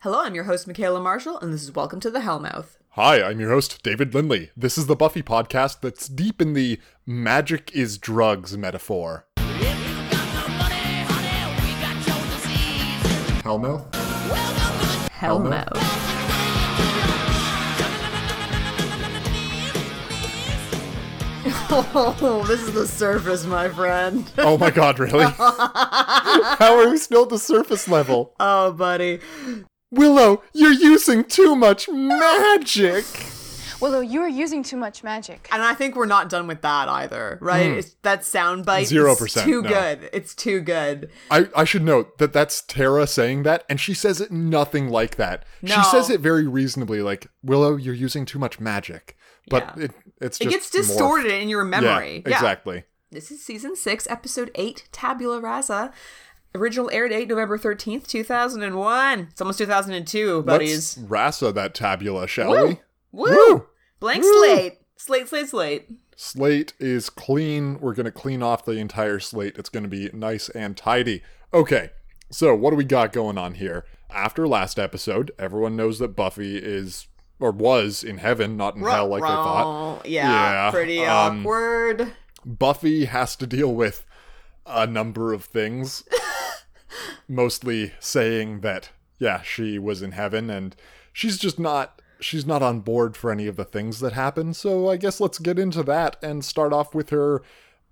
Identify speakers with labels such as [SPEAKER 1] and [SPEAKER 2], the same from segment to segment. [SPEAKER 1] Hello, I'm your host, Michaela Marshall, and this is Welcome to the Hellmouth.
[SPEAKER 2] Hi, I'm your host, David Lindley. This is the Buffy podcast that's deep in the magic is drugs metaphor.
[SPEAKER 3] If you got no money, honey, we got your disease.
[SPEAKER 2] Hellmouth?
[SPEAKER 3] Welcome to the
[SPEAKER 2] Hellmouth.
[SPEAKER 1] Hellmouth. Oh, this is the surface, my friend.
[SPEAKER 2] Oh my god, really? How are we still at the surface level?
[SPEAKER 1] Oh, buddy.
[SPEAKER 2] Willow, you're using too much magic!
[SPEAKER 4] Willow, you are using too much magic.
[SPEAKER 1] And I think we're not done with that either, right? It's, that sound bite
[SPEAKER 2] Hmm. Zero
[SPEAKER 1] is
[SPEAKER 2] percent,
[SPEAKER 1] too
[SPEAKER 2] no.
[SPEAKER 1] good. It's too good.
[SPEAKER 2] I, I should note that that's Tara saying that, and she says it nothing like that.
[SPEAKER 1] No.
[SPEAKER 2] She says it very reasonably, like, Willow, you're using too much magic. But
[SPEAKER 1] Yeah.
[SPEAKER 2] it, it's
[SPEAKER 1] It
[SPEAKER 2] just
[SPEAKER 1] gets
[SPEAKER 2] morphed.
[SPEAKER 1] distorted in your memory.
[SPEAKER 2] Yeah, exactly.
[SPEAKER 1] This is season six, episode eight, Tabula Rasa. Original air date November 13th, 2001. It's almost 2002, buddies.
[SPEAKER 2] Let's rasa that tabula, shall we?
[SPEAKER 1] Woo!
[SPEAKER 2] Woo!
[SPEAKER 1] Blank
[SPEAKER 2] Woo!
[SPEAKER 1] slate. Slate, slate, slate.
[SPEAKER 2] Slate is clean. We're going to clean off the entire slate. It's going to be nice and tidy. Okay, so what do we got going on here? After last episode, everyone knows that Buffy is or was in heaven, not in hell like they thought.
[SPEAKER 1] Ruh-roh. Yeah,
[SPEAKER 2] Yeah,
[SPEAKER 1] pretty
[SPEAKER 2] um,
[SPEAKER 1] awkward.
[SPEAKER 2] Buffy has to deal with a number of things, mostly saying that, yeah, she was in heaven and she's just not. She's not on board for any of the things that happen, so I guess let's get into that and start off with her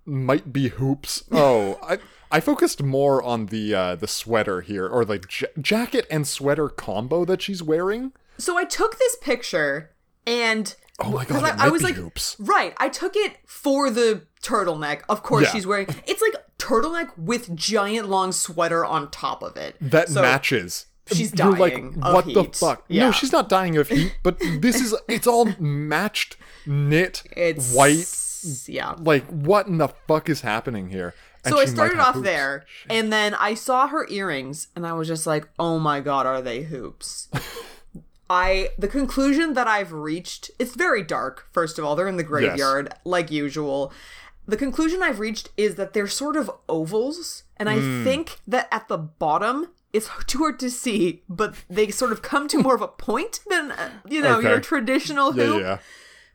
[SPEAKER 2] might be hoops. Oh, I I focused more on the uh, the sweater here, or the ja- jacket and sweater combo that she's wearing.
[SPEAKER 1] So I took this picture and
[SPEAKER 2] Oh my
[SPEAKER 1] 'cause
[SPEAKER 2] god, it might be hoops.
[SPEAKER 1] right. I took it for the turtleneck. Of course,
[SPEAKER 2] Yeah.
[SPEAKER 1] she's wearing it's like turtleneck with giant long sweater on top of it
[SPEAKER 2] that
[SPEAKER 1] So-
[SPEAKER 2] matches.
[SPEAKER 1] She's
[SPEAKER 2] You're like,
[SPEAKER 1] dying of
[SPEAKER 2] what the
[SPEAKER 1] heat."
[SPEAKER 2] fuck?
[SPEAKER 1] Yeah.
[SPEAKER 2] No, she's not dying of heat, but this is it's all matched, knit,
[SPEAKER 1] It's
[SPEAKER 2] white.
[SPEAKER 1] Yeah.
[SPEAKER 2] Like, what in the fuck is happening here? And
[SPEAKER 1] So I
[SPEAKER 2] she might
[SPEAKER 1] started
[SPEAKER 2] have
[SPEAKER 1] off
[SPEAKER 2] hoops.
[SPEAKER 1] there, and then I saw her earrings, and I was just like, "Oh my god, are they hoops?" I the conclusion that I've reached. It's very dark. First of all, they're in the graveyard like usual. The conclusion I've reached is that they're sort of ovals, and I
[SPEAKER 2] Hmm.
[SPEAKER 1] think that at the bottom. It's too hard to see, but they sort of come to more of a point than uh, you know
[SPEAKER 2] Okay.
[SPEAKER 1] your traditional
[SPEAKER 2] Yeah,
[SPEAKER 1] hoop.
[SPEAKER 2] yeah, yeah.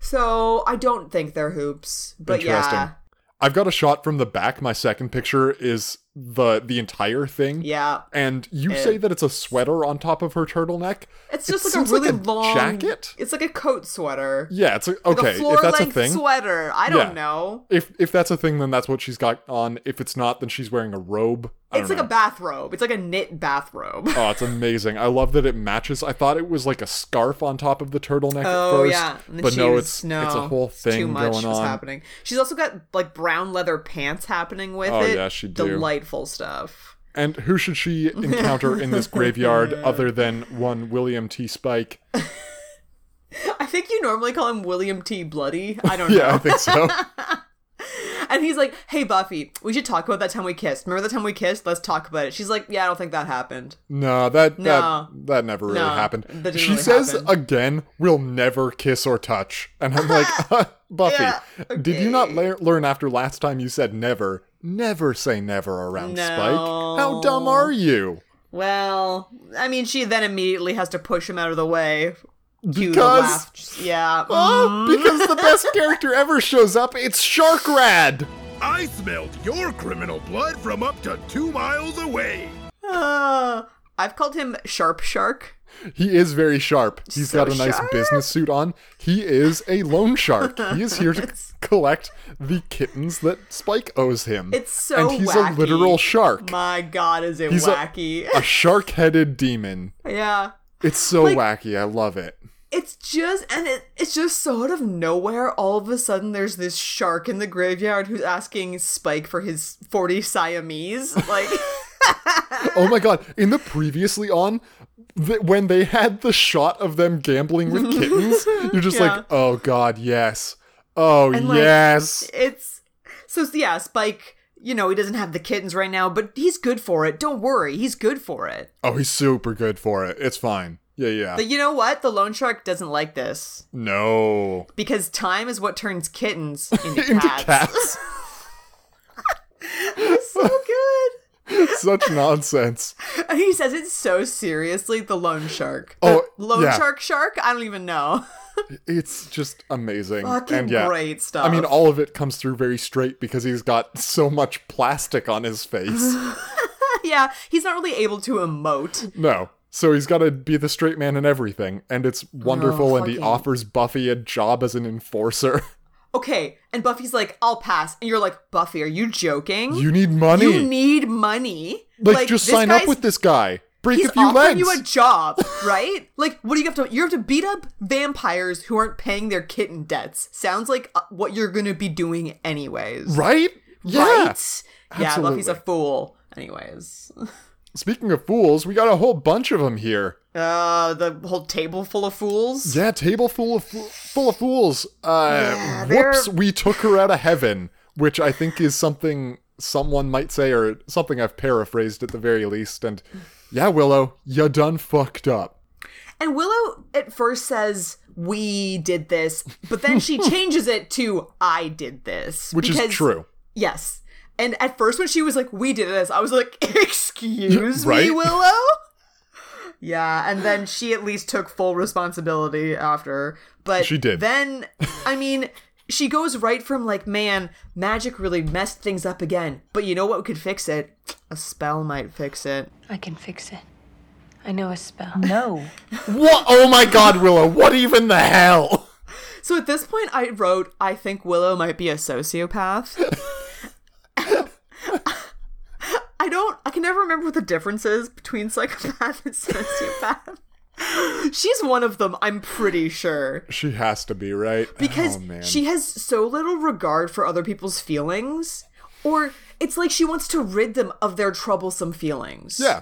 [SPEAKER 1] So I don't think they're hoops, but yeah,
[SPEAKER 2] Interesting. I've got a shot from the back. My second picture is the the entire thing.
[SPEAKER 1] yeah.
[SPEAKER 2] And you say that it's a sweater on top of her turtleneck.
[SPEAKER 1] It's
[SPEAKER 2] It
[SPEAKER 1] just like a
[SPEAKER 2] seems
[SPEAKER 1] really long
[SPEAKER 2] jacket.
[SPEAKER 1] It's like a coat sweater.
[SPEAKER 2] Yeah, it's a,
[SPEAKER 1] Like
[SPEAKER 2] okay.
[SPEAKER 1] a floor
[SPEAKER 2] if that's a
[SPEAKER 1] length
[SPEAKER 2] thing,
[SPEAKER 1] sweater. I don't
[SPEAKER 2] Yeah.
[SPEAKER 1] know.
[SPEAKER 2] if if that's a thing, then that's what she's got on. If it's not, then she's wearing a robe. I
[SPEAKER 1] It's
[SPEAKER 2] don't
[SPEAKER 1] like
[SPEAKER 2] know.
[SPEAKER 1] a bathrobe. It's like a knit bathrobe.
[SPEAKER 2] Oh, it's amazing. I love that it matches. I thought it was like a scarf on top of the turtleneck
[SPEAKER 1] Oh
[SPEAKER 2] at first.
[SPEAKER 1] yeah, And then
[SPEAKER 2] but
[SPEAKER 1] she
[SPEAKER 2] no,
[SPEAKER 1] was-
[SPEAKER 2] it's
[SPEAKER 1] no,
[SPEAKER 2] it's a whole
[SPEAKER 1] it's
[SPEAKER 2] thing
[SPEAKER 1] too much
[SPEAKER 2] going
[SPEAKER 1] was
[SPEAKER 2] on.
[SPEAKER 1] happening. She's also got like brown leather pants happening with
[SPEAKER 2] Oh,
[SPEAKER 1] it.
[SPEAKER 2] yeah, she do.
[SPEAKER 1] delightful stuff.
[SPEAKER 2] And who should she encounter in this graveyard other than one William T. Spike?
[SPEAKER 1] I think you normally call him William T. Bloody. I don't
[SPEAKER 2] Yeah, I
[SPEAKER 1] know.
[SPEAKER 2] think so.
[SPEAKER 1] And he's like, "Hey Buffy, we should talk about that time we kissed. Remember that time we kissed? Let's talk about it." She's like, "Yeah, I don't think that happened."
[SPEAKER 2] No, that
[SPEAKER 1] No.
[SPEAKER 2] that that never really
[SPEAKER 1] No,
[SPEAKER 2] happened.
[SPEAKER 1] that didn't
[SPEAKER 2] She
[SPEAKER 1] really
[SPEAKER 2] says
[SPEAKER 1] happen.
[SPEAKER 2] again, "We'll never kiss or touch," and I'm like, Buffy,
[SPEAKER 1] Yeah,
[SPEAKER 2] did you not
[SPEAKER 1] okay.
[SPEAKER 2] lear learn after last time you said never? Never say never around Spike. How dumb
[SPEAKER 1] No.
[SPEAKER 2] are you?
[SPEAKER 1] Well, I mean, she then immediately has to push him out of the way. Cue the
[SPEAKER 2] Because-
[SPEAKER 1] laugh. Just- yeah.
[SPEAKER 2] Oh, because the best character ever shows up. It's Sharkrad.
[SPEAKER 5] I smelled your criminal blood from up to two miles away.
[SPEAKER 1] Uh, I've called him Sharp Shark.
[SPEAKER 2] He is very sharp. He's
[SPEAKER 1] So
[SPEAKER 2] got a nice
[SPEAKER 1] sharp.
[SPEAKER 2] business suit on. He is a loan shark. He is here to collect the kittens that Spike owes him.
[SPEAKER 1] It's so
[SPEAKER 2] and he's
[SPEAKER 1] wacky.
[SPEAKER 2] a literal shark.
[SPEAKER 1] My God, is it
[SPEAKER 2] He's a-
[SPEAKER 1] wacky?
[SPEAKER 2] a shark-headed demon.
[SPEAKER 1] yeah.
[SPEAKER 2] It's so
[SPEAKER 1] Like-
[SPEAKER 2] wacky. I love it.
[SPEAKER 1] It's just, and it, it's just so out of nowhere. All of a sudden, there's this shark in the graveyard who's asking Spike for his 40 Siamese. Like,
[SPEAKER 2] Oh my god! In the previously on, th- when they had the shot of them gambling with kittens, you're just
[SPEAKER 1] Yeah.
[SPEAKER 2] like, oh god, yes, oh
[SPEAKER 1] like,
[SPEAKER 2] yes.
[SPEAKER 1] it's so yeah spike you know he doesn't have the kittens right now but he's good for it don't worry he's good for it
[SPEAKER 2] Oh, he's super good for it. It's fine. Yeah, yeah.
[SPEAKER 1] but you know what the loan shark doesn't like this
[SPEAKER 2] no.
[SPEAKER 1] because time is what turns kittens into cats,
[SPEAKER 2] Into cats.
[SPEAKER 1] so good
[SPEAKER 2] Such nonsense.
[SPEAKER 1] And he says it so seriously, the loan shark.
[SPEAKER 2] Oh,
[SPEAKER 1] The loan
[SPEAKER 2] yeah.
[SPEAKER 1] shark shark? I don't even know.
[SPEAKER 2] It's just amazing.
[SPEAKER 1] Fucking
[SPEAKER 2] and yeah,
[SPEAKER 1] great stuff.
[SPEAKER 2] I mean, all of it comes through very straight because he's got so much plastic on his face.
[SPEAKER 1] yeah, he's not really able to emote.
[SPEAKER 2] no. So he's got to be the straight man in everything, and it's wonderful. and he
[SPEAKER 1] Oh, fucking-
[SPEAKER 2] offers Buffy a job as an enforcer.
[SPEAKER 1] Okay, and Buffy's like, I'll pass. And you're like, Buffy, are you joking?
[SPEAKER 2] you need money.
[SPEAKER 1] You need money.
[SPEAKER 2] like, just
[SPEAKER 1] this
[SPEAKER 2] sign up
[SPEAKER 1] guy's-
[SPEAKER 2] with this guy. Break
[SPEAKER 1] He's
[SPEAKER 2] a few
[SPEAKER 1] offering
[SPEAKER 2] legs.
[SPEAKER 1] you a job, right? like, what do you have to? You have to beat up vampires who aren't paying their kitten debts. Sounds like uh, what you're gonna be doing anyways,
[SPEAKER 2] right? Yeah.
[SPEAKER 1] Right? Yeah, Buffy's a
[SPEAKER 2] Absolutely.
[SPEAKER 1] fool. Anyways,
[SPEAKER 2] Speaking of fools, we got a whole bunch of them here.
[SPEAKER 1] uh, the whole table full of fools.
[SPEAKER 2] Yeah, table full of fo- full of fools. Uh,
[SPEAKER 1] they're-
[SPEAKER 2] whoops, we took her out of heaven, which I think is something someone might say, or something I've paraphrased at the very least. And yeah, Willow, you done fucked up.
[SPEAKER 1] And Willow at first says, "We did this," but then she changes it to, "I did this,"
[SPEAKER 2] Which is
[SPEAKER 1] because-
[SPEAKER 2] true.
[SPEAKER 1] Yes. And at first, when she was like, "We did this," I was like, "Excuse me,
[SPEAKER 2] Right?
[SPEAKER 1] Willow." yeah, and then she at least took full responsibility after. But
[SPEAKER 2] She did.
[SPEAKER 1] Then, I mean, she goes right from like, "Man, magic really messed things up again," but you know what could fix it? A spell might fix it.
[SPEAKER 6] I can fix it. I know a spell.
[SPEAKER 7] No.
[SPEAKER 2] What? Oh my God, Willow! What even the hell?
[SPEAKER 1] So at this point, I wrote, I think Willow might be a sociopath. I don't, I can never remember what the difference is between psychopath and sociopath. She's one of them, I'm pretty sure.
[SPEAKER 2] She has to be right
[SPEAKER 1] Because
[SPEAKER 2] oh, man.
[SPEAKER 1] she has so little regard for other people's feelings, or it's like she wants to rid them of their troublesome feelings.
[SPEAKER 2] yeah.
[SPEAKER 1] Yeah.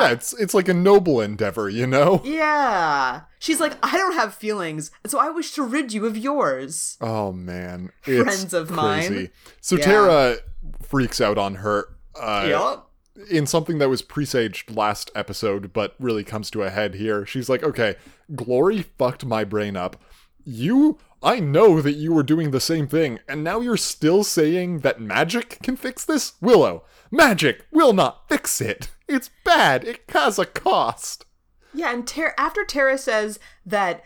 [SPEAKER 2] Yeah, it's it's like a noble endeavor, you know.
[SPEAKER 1] Yeah. She's like, I don't have feelings, so I wish to rid you of yours.
[SPEAKER 2] Oh man, it's
[SPEAKER 1] Friends of mine.
[SPEAKER 2] crazy. So
[SPEAKER 1] Yeah.
[SPEAKER 2] Tara freaks out on her uh,
[SPEAKER 1] Yup.
[SPEAKER 2] in something that was presaged last episode, but really comes to a head here. She's like, "Okay, Glory fucked my brain up. You, I know that you were doing the same thing, and now you're still saying that magic can fix this, Willow. Magic will not fix it. It's bad. It has a cost."
[SPEAKER 1] Yeah, and Tara, after Tara says that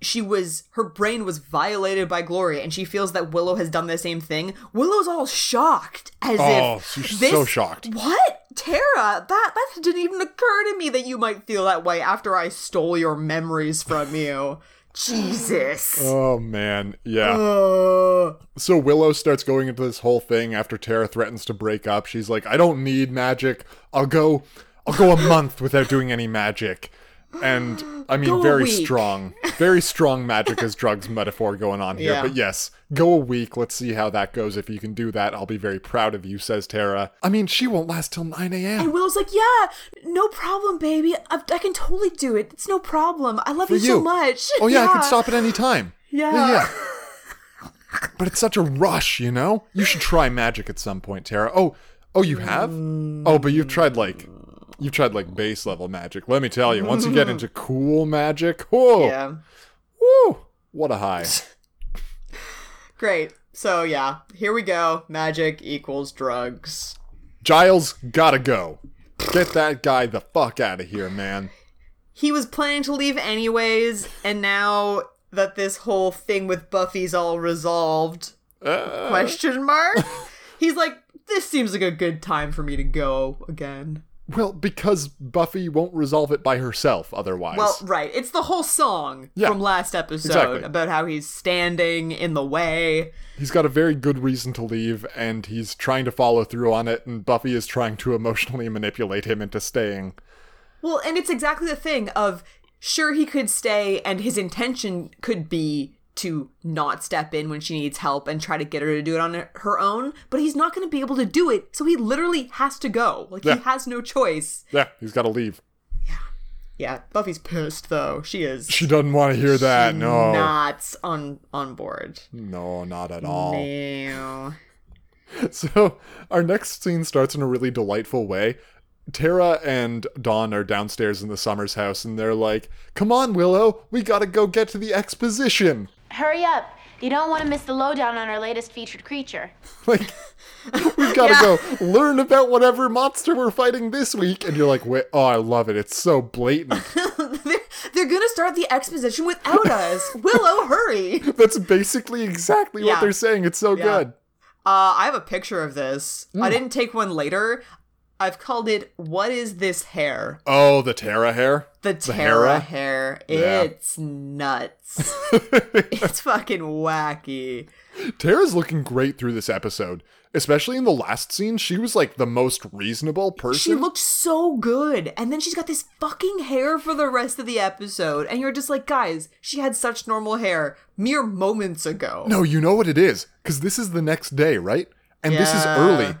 [SPEAKER 1] she was her brain was violated by Gloria, and she feels that Willow has done the same thing. Willow's all shocked, as
[SPEAKER 2] Oh,
[SPEAKER 1] if
[SPEAKER 2] she's
[SPEAKER 1] this-
[SPEAKER 2] so shocked.
[SPEAKER 1] What, Tara? That that didn't even occur to me that you might feel that way after I stole your memories from you. Jesus.
[SPEAKER 2] Oh man, yeah.
[SPEAKER 1] Uh,
[SPEAKER 2] So Willow starts going into this whole thing after Tara threatens to break up. She's like, "I don't need magic. I'll go I'll go a month without doing any magic." And I mean
[SPEAKER 1] Go a
[SPEAKER 2] very
[SPEAKER 1] week.
[SPEAKER 2] strong. Very strong magic as drugs metaphor going on here.
[SPEAKER 1] Yeah.
[SPEAKER 2] But yes, go a week. Let's see how that goes. If you can do that, I'll be very proud of you, says Tara. I mean, she won't last till 9
[SPEAKER 1] and
[SPEAKER 2] a.m.
[SPEAKER 1] Willow's like, "Yeah, no problem, baby. I, I can totally do it. It's no problem. I love
[SPEAKER 2] for
[SPEAKER 1] you, so much."
[SPEAKER 2] Oh yeah, I could stop at any time.
[SPEAKER 1] Yeah.
[SPEAKER 2] yeah. But it's such a rush, you know? You should try magic at some point, Tara. Oh, oh, you have? Oh, but you've tried like you've tried like base level magic. Let me tell you, once you get into cool magic, whoa,
[SPEAKER 1] Yeah.
[SPEAKER 2] woo, what a high.
[SPEAKER 1] Great. So yeah, here we go. Magic equals drugs.
[SPEAKER 2] Giles, gotta go. Get that guy the fuck out of here, man.
[SPEAKER 1] He was planning to leave anyways, and now that this whole thing with Buffy's all resolved,
[SPEAKER 2] Uh.
[SPEAKER 1] question mark, he's like, this seems like a good time for me to go again.
[SPEAKER 2] Well, because Buffy won't resolve it by herself otherwise.
[SPEAKER 1] Well, right. It's the whole song
[SPEAKER 2] Yeah.
[SPEAKER 1] from last episode
[SPEAKER 2] Exactly.
[SPEAKER 1] about how he's standing in the way.
[SPEAKER 2] he's got a very good reason to leave and he's trying to follow through on it and buffy is trying to emotionally manipulate him into staying
[SPEAKER 1] Well, and it's exactly the thing of sure he could stay and his intention could be to not step in when she needs help and try to get her to do it on her own, but he's not going to be able to do it, so he literally has to go. Like
[SPEAKER 2] Yeah.
[SPEAKER 1] he has no choice.
[SPEAKER 2] yeah he's got to leave
[SPEAKER 1] Yeah, Buffy's pissed though. She is
[SPEAKER 2] she doesn't want to hear that no
[SPEAKER 1] not on on board.
[SPEAKER 2] no not at all
[SPEAKER 1] Ew.
[SPEAKER 2] so our next scene starts in a really delightful way tara and dawn are downstairs in the summers house and they're like come on willow we gotta go get to the exposition
[SPEAKER 8] Hurry up.
[SPEAKER 7] You don't want to miss the lowdown on our latest featured creature.
[SPEAKER 2] Like, we've got to go learn about whatever monster we're fighting this week. And you're like, wait, oh, I love it. It's so blatant.
[SPEAKER 1] They're, they're gonna start the exposition without us. Willow, hurry!
[SPEAKER 2] That's basically exactly
[SPEAKER 1] Yeah.
[SPEAKER 2] what they're saying. It's so good.
[SPEAKER 1] Uh, I have a picture of this.
[SPEAKER 2] Mm.
[SPEAKER 1] I didn't take one later. I've called it "What is this hair?"
[SPEAKER 2] Oh, the Terra hair?
[SPEAKER 1] The Terra
[SPEAKER 2] Hera?
[SPEAKER 1] hair.
[SPEAKER 2] Yeah.
[SPEAKER 1] It's nuts. it's fucking wacky.
[SPEAKER 2] Tara's looking great through this episode, especially in the last scene. She was like the most reasonable person.
[SPEAKER 1] She looked so good, and then she's got this fucking hair for the rest of the episode, and you're just like, guys, she had such normal hair mere moments ago.
[SPEAKER 2] no, you know what it is, because this is the next day, right? And this is
[SPEAKER 1] Yeah.
[SPEAKER 2] early.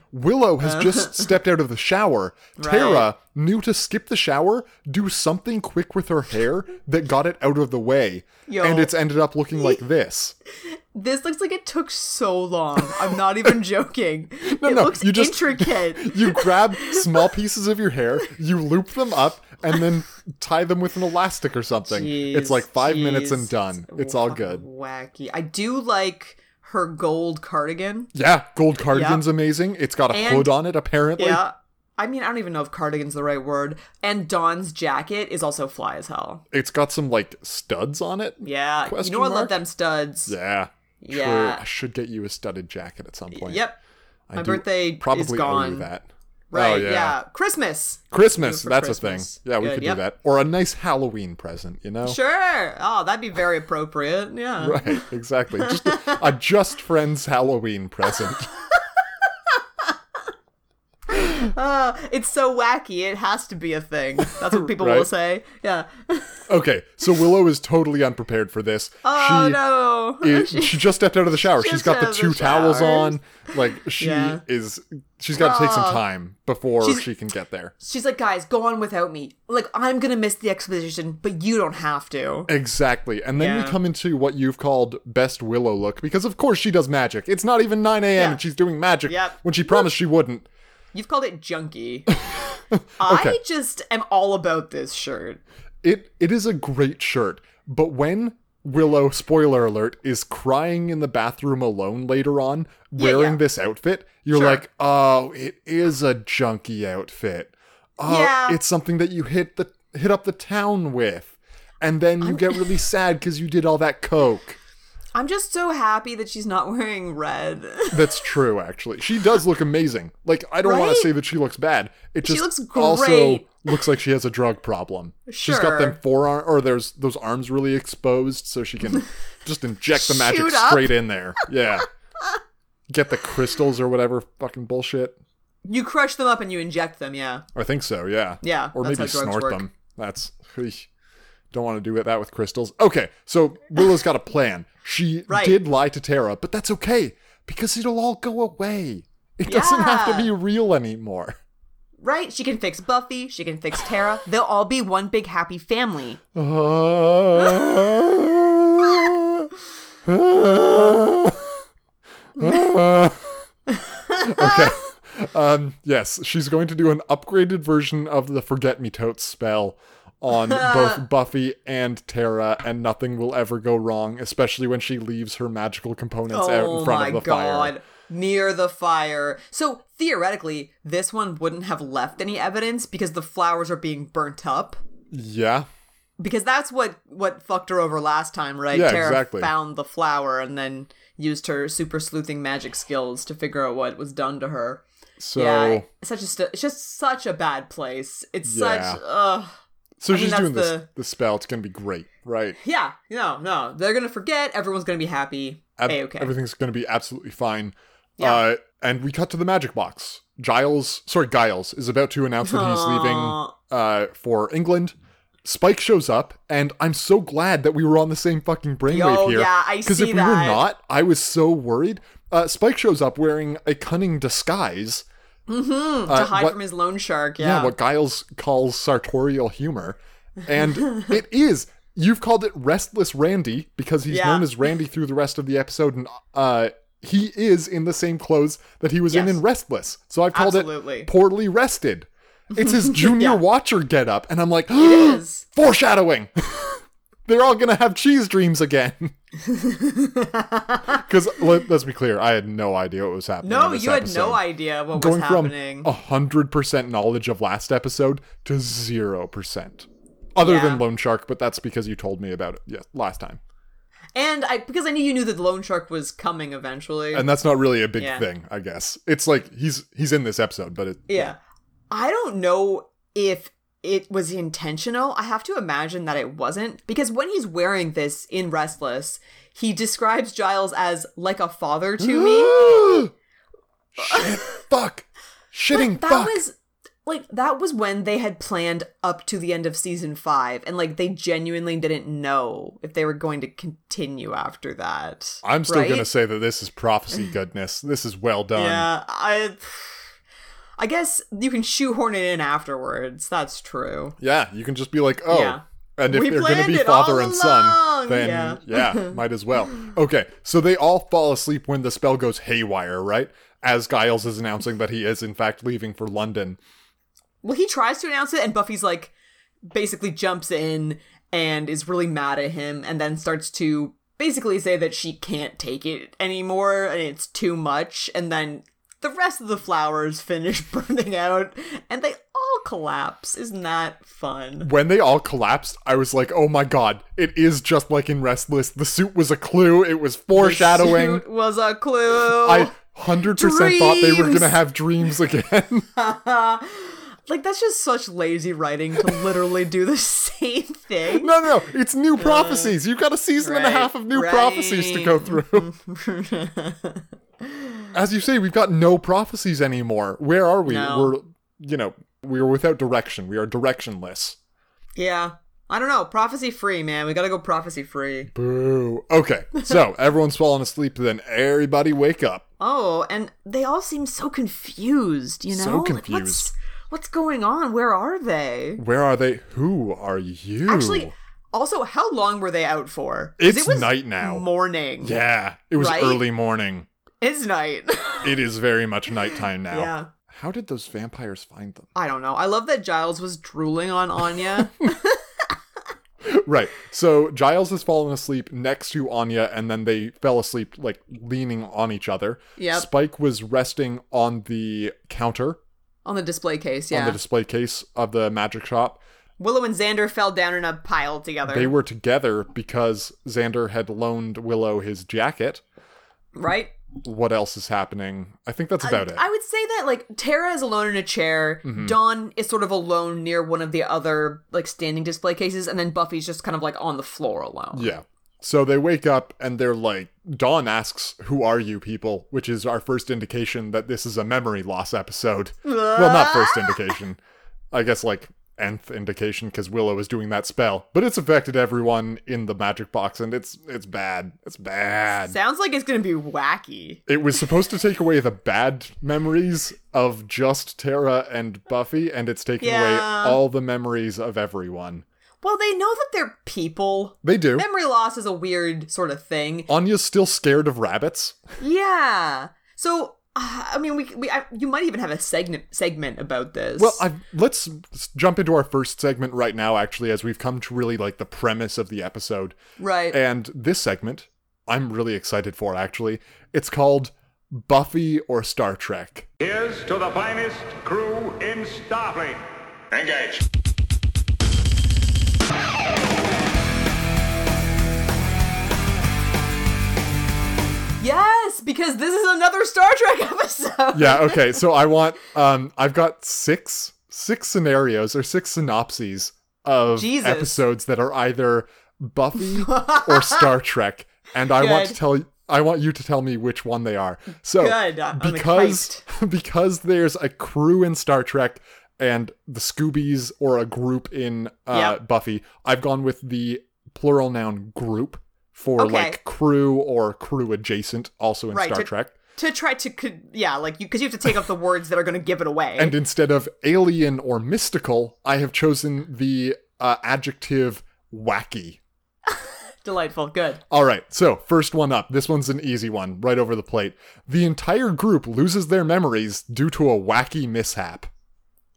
[SPEAKER 2] Willow has just stepped out of the shower. Tara knew to skip the shower, do something quick with her hair that got it out of the way.
[SPEAKER 1] Yo.
[SPEAKER 2] And it's ended up looking like this.
[SPEAKER 1] This looks like it took so long. I'm not even joking. it
[SPEAKER 2] no,
[SPEAKER 1] looks
[SPEAKER 2] you just-
[SPEAKER 1] intricate.
[SPEAKER 2] You grab small pieces of your hair, you loop them up, and then tie them with an elastic or something. it's
[SPEAKER 1] Jeez,
[SPEAKER 2] like five minutes
[SPEAKER 1] jeez.
[SPEAKER 2] and done. It's all good.
[SPEAKER 1] Wacky. I do like her gold cardigan.
[SPEAKER 2] Yeah, gold cardigan's
[SPEAKER 1] Yep.
[SPEAKER 2] amazing. It's got a
[SPEAKER 1] And-
[SPEAKER 2] hood on it, apparently.
[SPEAKER 1] Yeah. I mean, I don't even know if cardigan's the right word. And Dawn's jacket is also fly as hell.
[SPEAKER 2] It's got some like studs on it.
[SPEAKER 1] Yeah.
[SPEAKER 2] Question
[SPEAKER 1] you know I
[SPEAKER 2] mark?
[SPEAKER 1] love them studs.
[SPEAKER 2] Yeah. True.
[SPEAKER 1] Yeah.
[SPEAKER 2] I should get you a studded jacket at some point.
[SPEAKER 1] Yep.
[SPEAKER 2] I
[SPEAKER 1] My
[SPEAKER 2] do
[SPEAKER 1] birthday is
[SPEAKER 2] probably Owe you
[SPEAKER 1] gone.
[SPEAKER 2] that.
[SPEAKER 1] Right.
[SPEAKER 2] Oh,
[SPEAKER 1] yeah.
[SPEAKER 2] yeah.
[SPEAKER 1] Christmas.
[SPEAKER 2] Christmas.
[SPEAKER 1] Do it for
[SPEAKER 2] That's
[SPEAKER 1] Christmas.
[SPEAKER 2] a thing. Yeah, we
[SPEAKER 1] Good,
[SPEAKER 2] could
[SPEAKER 1] yep.
[SPEAKER 2] do that. Or a nice Halloween present, you know?
[SPEAKER 1] Sure. Oh, that'd be very appropriate. Yeah.
[SPEAKER 2] Right, exactly. Just a, a just friends Halloween present.
[SPEAKER 1] It's so wacky. It has to be a thing. That's what people
[SPEAKER 2] Right.
[SPEAKER 1] will say. Yeah.
[SPEAKER 2] Okay, so Willow is totally unprepared for this.
[SPEAKER 1] Oh
[SPEAKER 2] she,
[SPEAKER 1] no.
[SPEAKER 2] i- she just stepped out of the shower. She's
[SPEAKER 1] Just
[SPEAKER 2] got the
[SPEAKER 1] out of the
[SPEAKER 2] two towels
[SPEAKER 1] shower.
[SPEAKER 2] on. Like she
[SPEAKER 1] Yeah. Oh.
[SPEAKER 2] is she's got to take some time before
[SPEAKER 1] She's-
[SPEAKER 2] she can get there.
[SPEAKER 1] She's like, guys, go on without me. Like, I'm gonna miss the exposition, but you don't have to.
[SPEAKER 2] Exactly. And then we
[SPEAKER 1] Yeah.
[SPEAKER 2] come into what you've called best Willow look because of course she does magic. It's not even 9 a.m.
[SPEAKER 1] Yeah.
[SPEAKER 2] and she's doing magic
[SPEAKER 1] Yep.
[SPEAKER 2] when she promised she wouldn't.
[SPEAKER 1] You've called it junky. I just am all about this shirt.
[SPEAKER 2] It it is a great shirt, but when Willow, spoiler alert, is crying in the bathroom alone later on wearing
[SPEAKER 1] yeah.
[SPEAKER 2] this outfit, you're
[SPEAKER 1] Sure.
[SPEAKER 2] like, "Oh, it is a junky outfit. Oh,
[SPEAKER 1] Yeah.
[SPEAKER 2] it's something that you hit the hit up the town with." And then you get really sad cuz you did all that coke.
[SPEAKER 1] I'm just so happy that she's not wearing red.
[SPEAKER 2] That's true, actually. She does look amazing. Like, I don't want
[SPEAKER 1] Right?
[SPEAKER 2] to say that she looks bad. It just
[SPEAKER 1] looks
[SPEAKER 2] also
[SPEAKER 1] great.
[SPEAKER 2] looks like she has a drug problem. She's got them
[SPEAKER 1] Sure.
[SPEAKER 2] forearm, or there's those arms really exposed, so she can just inject the magic
[SPEAKER 1] Shoot up.
[SPEAKER 2] straight in there. Yeah. Get the crystals or whatever fucking bullshit.
[SPEAKER 1] you crush them up and you inject them, yeah.
[SPEAKER 2] I think so, yeah.
[SPEAKER 1] Yeah,
[SPEAKER 2] Or
[SPEAKER 1] that's
[SPEAKER 2] maybe
[SPEAKER 1] how drugs
[SPEAKER 2] snort
[SPEAKER 1] work.
[SPEAKER 2] them. That's. eesh. Don't want to do it that with crystals. Okay, so Willow's got a plan. She
[SPEAKER 1] Right.
[SPEAKER 2] did lie to Tara, but that's okay because it'll all go away. It doesn't have to
[SPEAKER 1] Yeah.
[SPEAKER 2] be real anymore.
[SPEAKER 1] Right? She can fix Buffy, she can fix Tara. They'll all be one big happy family.
[SPEAKER 2] okay. Um, yes, she's going to do an upgraded version of the Forget Me Totes spell on both Buffy and Tara, and nothing will ever go wrong, especially when she leaves her magical components out in front of the fire.
[SPEAKER 1] Oh Near the fire. So theoretically, this one wouldn't have left any evidence because the flowers are being burnt up.
[SPEAKER 2] Yeah.
[SPEAKER 1] Because that's what what fucked her over last time, right?
[SPEAKER 2] Yeah,
[SPEAKER 1] Tara
[SPEAKER 2] exactly.
[SPEAKER 1] found the flower and then used her super sleuthing magic skills to figure out what was done to her.
[SPEAKER 2] So
[SPEAKER 1] yeah, it's such a st- it's just such a bad place. It's
[SPEAKER 2] Yeah.
[SPEAKER 1] such ugh.
[SPEAKER 2] so
[SPEAKER 1] I mean,
[SPEAKER 2] she's
[SPEAKER 1] that's
[SPEAKER 2] doing this
[SPEAKER 1] the-
[SPEAKER 2] the spell. It's gonna be great, right?
[SPEAKER 1] Yeah, no, no. They're gonna forget. Everyone's gonna be happy.
[SPEAKER 2] Ab-
[SPEAKER 1] hey, okay.
[SPEAKER 2] Everything's going to be absolutely fine.
[SPEAKER 1] Yeah.
[SPEAKER 2] Uh, and we cut to the magic box. Giles, sorry, Giles is about to announce that he's leaving uh, for England. Spike shows up, and I'm so glad that we were on the same fucking brainwave
[SPEAKER 1] Yo,
[SPEAKER 2] here.
[SPEAKER 1] Oh, yeah, I
[SPEAKER 2] Because if
[SPEAKER 1] see
[SPEAKER 2] we were
[SPEAKER 1] that.
[SPEAKER 2] not, I was so worried. Uh, Spike shows up wearing a cunning disguise. Mm-hmm,
[SPEAKER 1] to hide from his loan shark. Yeah.
[SPEAKER 2] yeah, what Giles calls sartorial humor. And it is. You've called it Restless Randy because he's
[SPEAKER 1] Yeah.
[SPEAKER 2] known as Randy through the rest of the episode. And uh, he is in the same clothes that he was in
[SPEAKER 1] Yes.
[SPEAKER 2] in Restless. So I've called
[SPEAKER 1] Absolutely.
[SPEAKER 2] it Poorly Rested. It's his junior
[SPEAKER 1] Yeah.
[SPEAKER 2] watcher getup. And I'm like,
[SPEAKER 1] is.
[SPEAKER 2] foreshadowing. They're all going to have cheese dreams again. Because let, us be clear, I had no idea what was happening. in
[SPEAKER 1] No,
[SPEAKER 2] this
[SPEAKER 1] you had
[SPEAKER 2] episode.
[SPEAKER 1] no idea what
[SPEAKER 2] Going
[SPEAKER 1] was
[SPEAKER 2] from oh.
[SPEAKER 1] happening.
[SPEAKER 2] hundred percent knowledge of last episode to zero percent, other
[SPEAKER 1] Yeah.
[SPEAKER 2] than Lone Shark, but that's because you told me about it yeah, last time,
[SPEAKER 1] And I because I knew you knew that the loan shark was coming eventually.
[SPEAKER 2] and that's not really a big
[SPEAKER 1] Yeah.
[SPEAKER 2] thing, I guess. It's like he's he's in this episode, but it,
[SPEAKER 1] yeah. I don't know if it was intentional. I have to imagine that it wasn't because when he's wearing this in Restless, he describes Giles as like a father to me.
[SPEAKER 2] Shit, fuck, shitting,
[SPEAKER 1] That
[SPEAKER 2] fuck.
[SPEAKER 1] was like that was when they had planned up to the end of season 5 and like they genuinely didn't know if they were going to continue after that.
[SPEAKER 2] I'm still
[SPEAKER 1] right?
[SPEAKER 2] gonna say that this is prophecy goodness. This is well done.
[SPEAKER 1] Yeah, I I guess you can shoehorn it in afterwards. That's true.
[SPEAKER 2] Yeah, you can just be like, oh,
[SPEAKER 1] Yeah.
[SPEAKER 2] and if
[SPEAKER 1] We
[SPEAKER 2] they're going to
[SPEAKER 1] planned
[SPEAKER 2] be
[SPEAKER 1] it
[SPEAKER 2] father
[SPEAKER 1] all
[SPEAKER 2] and son,
[SPEAKER 1] along!
[SPEAKER 2] then yeah. might as well. Okay, so they all fall asleep when the spell goes haywire, right? As Giles is announcing that he is in fact leaving for London.
[SPEAKER 1] Well, he tries to announce it and Buffy's like basically jumps in and is really mad at him and then starts to basically say that she can't take it anymore and it's too much and then the rest of the flowers finish burning out and they all collapse. Isn't that fun?
[SPEAKER 2] When they all collapsed, I was like, oh my god, it is just like in Restless. The suit was a clue. It was foreshadowing.
[SPEAKER 1] Suit was a clue.
[SPEAKER 2] I hundred percent thought they were
[SPEAKER 1] Dreams!
[SPEAKER 2] gonna have dreams again.
[SPEAKER 1] Like that's just such lazy writing to literally do the same thing.
[SPEAKER 2] no, no, it's new prophecies. You've got a season and a
[SPEAKER 1] Uh, right,
[SPEAKER 2] half of new prophecies to go through. As you say, we've got no prophecies anymore. Where are we?
[SPEAKER 1] No.
[SPEAKER 2] We're, you know, we are without direction. We are directionless.
[SPEAKER 1] yeah. I don't know. Prophecy free, man. We gotta go prophecy free.
[SPEAKER 2] Boo. Okay, so everyone's fallen asleep. Then everybody wake up.
[SPEAKER 1] Oh, and they all seem so confused, you know?
[SPEAKER 2] So
[SPEAKER 1] Like,
[SPEAKER 2] confused.
[SPEAKER 1] what's, what's going on? Where are they?
[SPEAKER 2] Where are they? Who are you?
[SPEAKER 1] Actually, also, how long were they out for? 'Cause
[SPEAKER 2] It's night now.
[SPEAKER 1] Morning.
[SPEAKER 2] yeah, it was
[SPEAKER 1] Right?
[SPEAKER 2] early morning.
[SPEAKER 1] It's night.
[SPEAKER 2] It is very much nighttime now.
[SPEAKER 1] Yeah.
[SPEAKER 2] How did those vampires find them?
[SPEAKER 1] I don't know. I love that Giles was drooling on Anya.
[SPEAKER 2] Right. So Giles has fallen asleep next to Anya, and then they fell asleep, like leaning on each other.
[SPEAKER 1] Yep.
[SPEAKER 2] Spike was resting on the counter
[SPEAKER 1] on the display case, yeah.
[SPEAKER 2] on the display case of the magic shop.
[SPEAKER 1] Willow and Xander fell down in a pile together.
[SPEAKER 2] They were together because Xander had loaned Willow his jacket.
[SPEAKER 1] right?
[SPEAKER 2] What else is happening? I think that's about it. Mm-hmm.
[SPEAKER 1] I would say that like Tara is alone in a chair. Dawn is sort of alone near one of the other like standing display cases, and then Buffy's just kind of like on the floor alone.
[SPEAKER 2] yeah. So they wake up and they're like, Dawn asks, Who are you people? Which is our first indication that this is a memory loss episode. well, not first indication. I guess like nth indication because Willow is doing that spell, but it's affected everyone in the magic box, and it's it's bad. It's bad.
[SPEAKER 1] Sounds like it's gonna be wacky.
[SPEAKER 2] It was supposed to take away the bad memories of just Tara and Buffy, and it's taking
[SPEAKER 1] Yeah.
[SPEAKER 2] away all the memories of everyone.
[SPEAKER 1] Well, they know that they're people.
[SPEAKER 2] They do.
[SPEAKER 1] Memory loss is a weird sort of thing.
[SPEAKER 2] Anya's still scared of rabbits.
[SPEAKER 1] Yeah. So uh, I mean, we we I, you might even have a segment segment about this.
[SPEAKER 2] Well, I've, let's s- jump into our first segment right now, actually, as we've come to really like the premise of the episode.
[SPEAKER 1] right.
[SPEAKER 2] And this segment, I'm really excited for, actually. It's called Buffy or Star Trek.
[SPEAKER 8] Here's to the finest crew in Starfleet. Engage.
[SPEAKER 1] yes, because this is another Star Trek episode.
[SPEAKER 2] Yeah, okay. So I want, um, I've got six, six scenarios or six synopses of
[SPEAKER 1] Jesus.
[SPEAKER 2] episodes that are either Buffy or Star Trek. And I want to
[SPEAKER 1] Good.
[SPEAKER 2] tell you. I want you to tell me which one they are. So
[SPEAKER 1] Good, I- I'm
[SPEAKER 2] because because there's a crew in Star Trek and the Scoobies or a group in uh,
[SPEAKER 1] Yep.
[SPEAKER 2] Buffy, I've gone with the plural noun group for
[SPEAKER 1] Okay.
[SPEAKER 2] like crew or crew adjacent, also in
[SPEAKER 1] Right,
[SPEAKER 2] Star
[SPEAKER 1] to-
[SPEAKER 2] Trek.
[SPEAKER 1] To try to, could, yeah, like you, because you have to take up the words that are going to give it away.
[SPEAKER 2] And instead of alien or mystical, I have chosen the uh, adjective wacky.
[SPEAKER 1] Delightful. Good.
[SPEAKER 2] All right, so first one up. This one's an easy one, right over the plate. The entire group loses their memories due to a wacky mishap.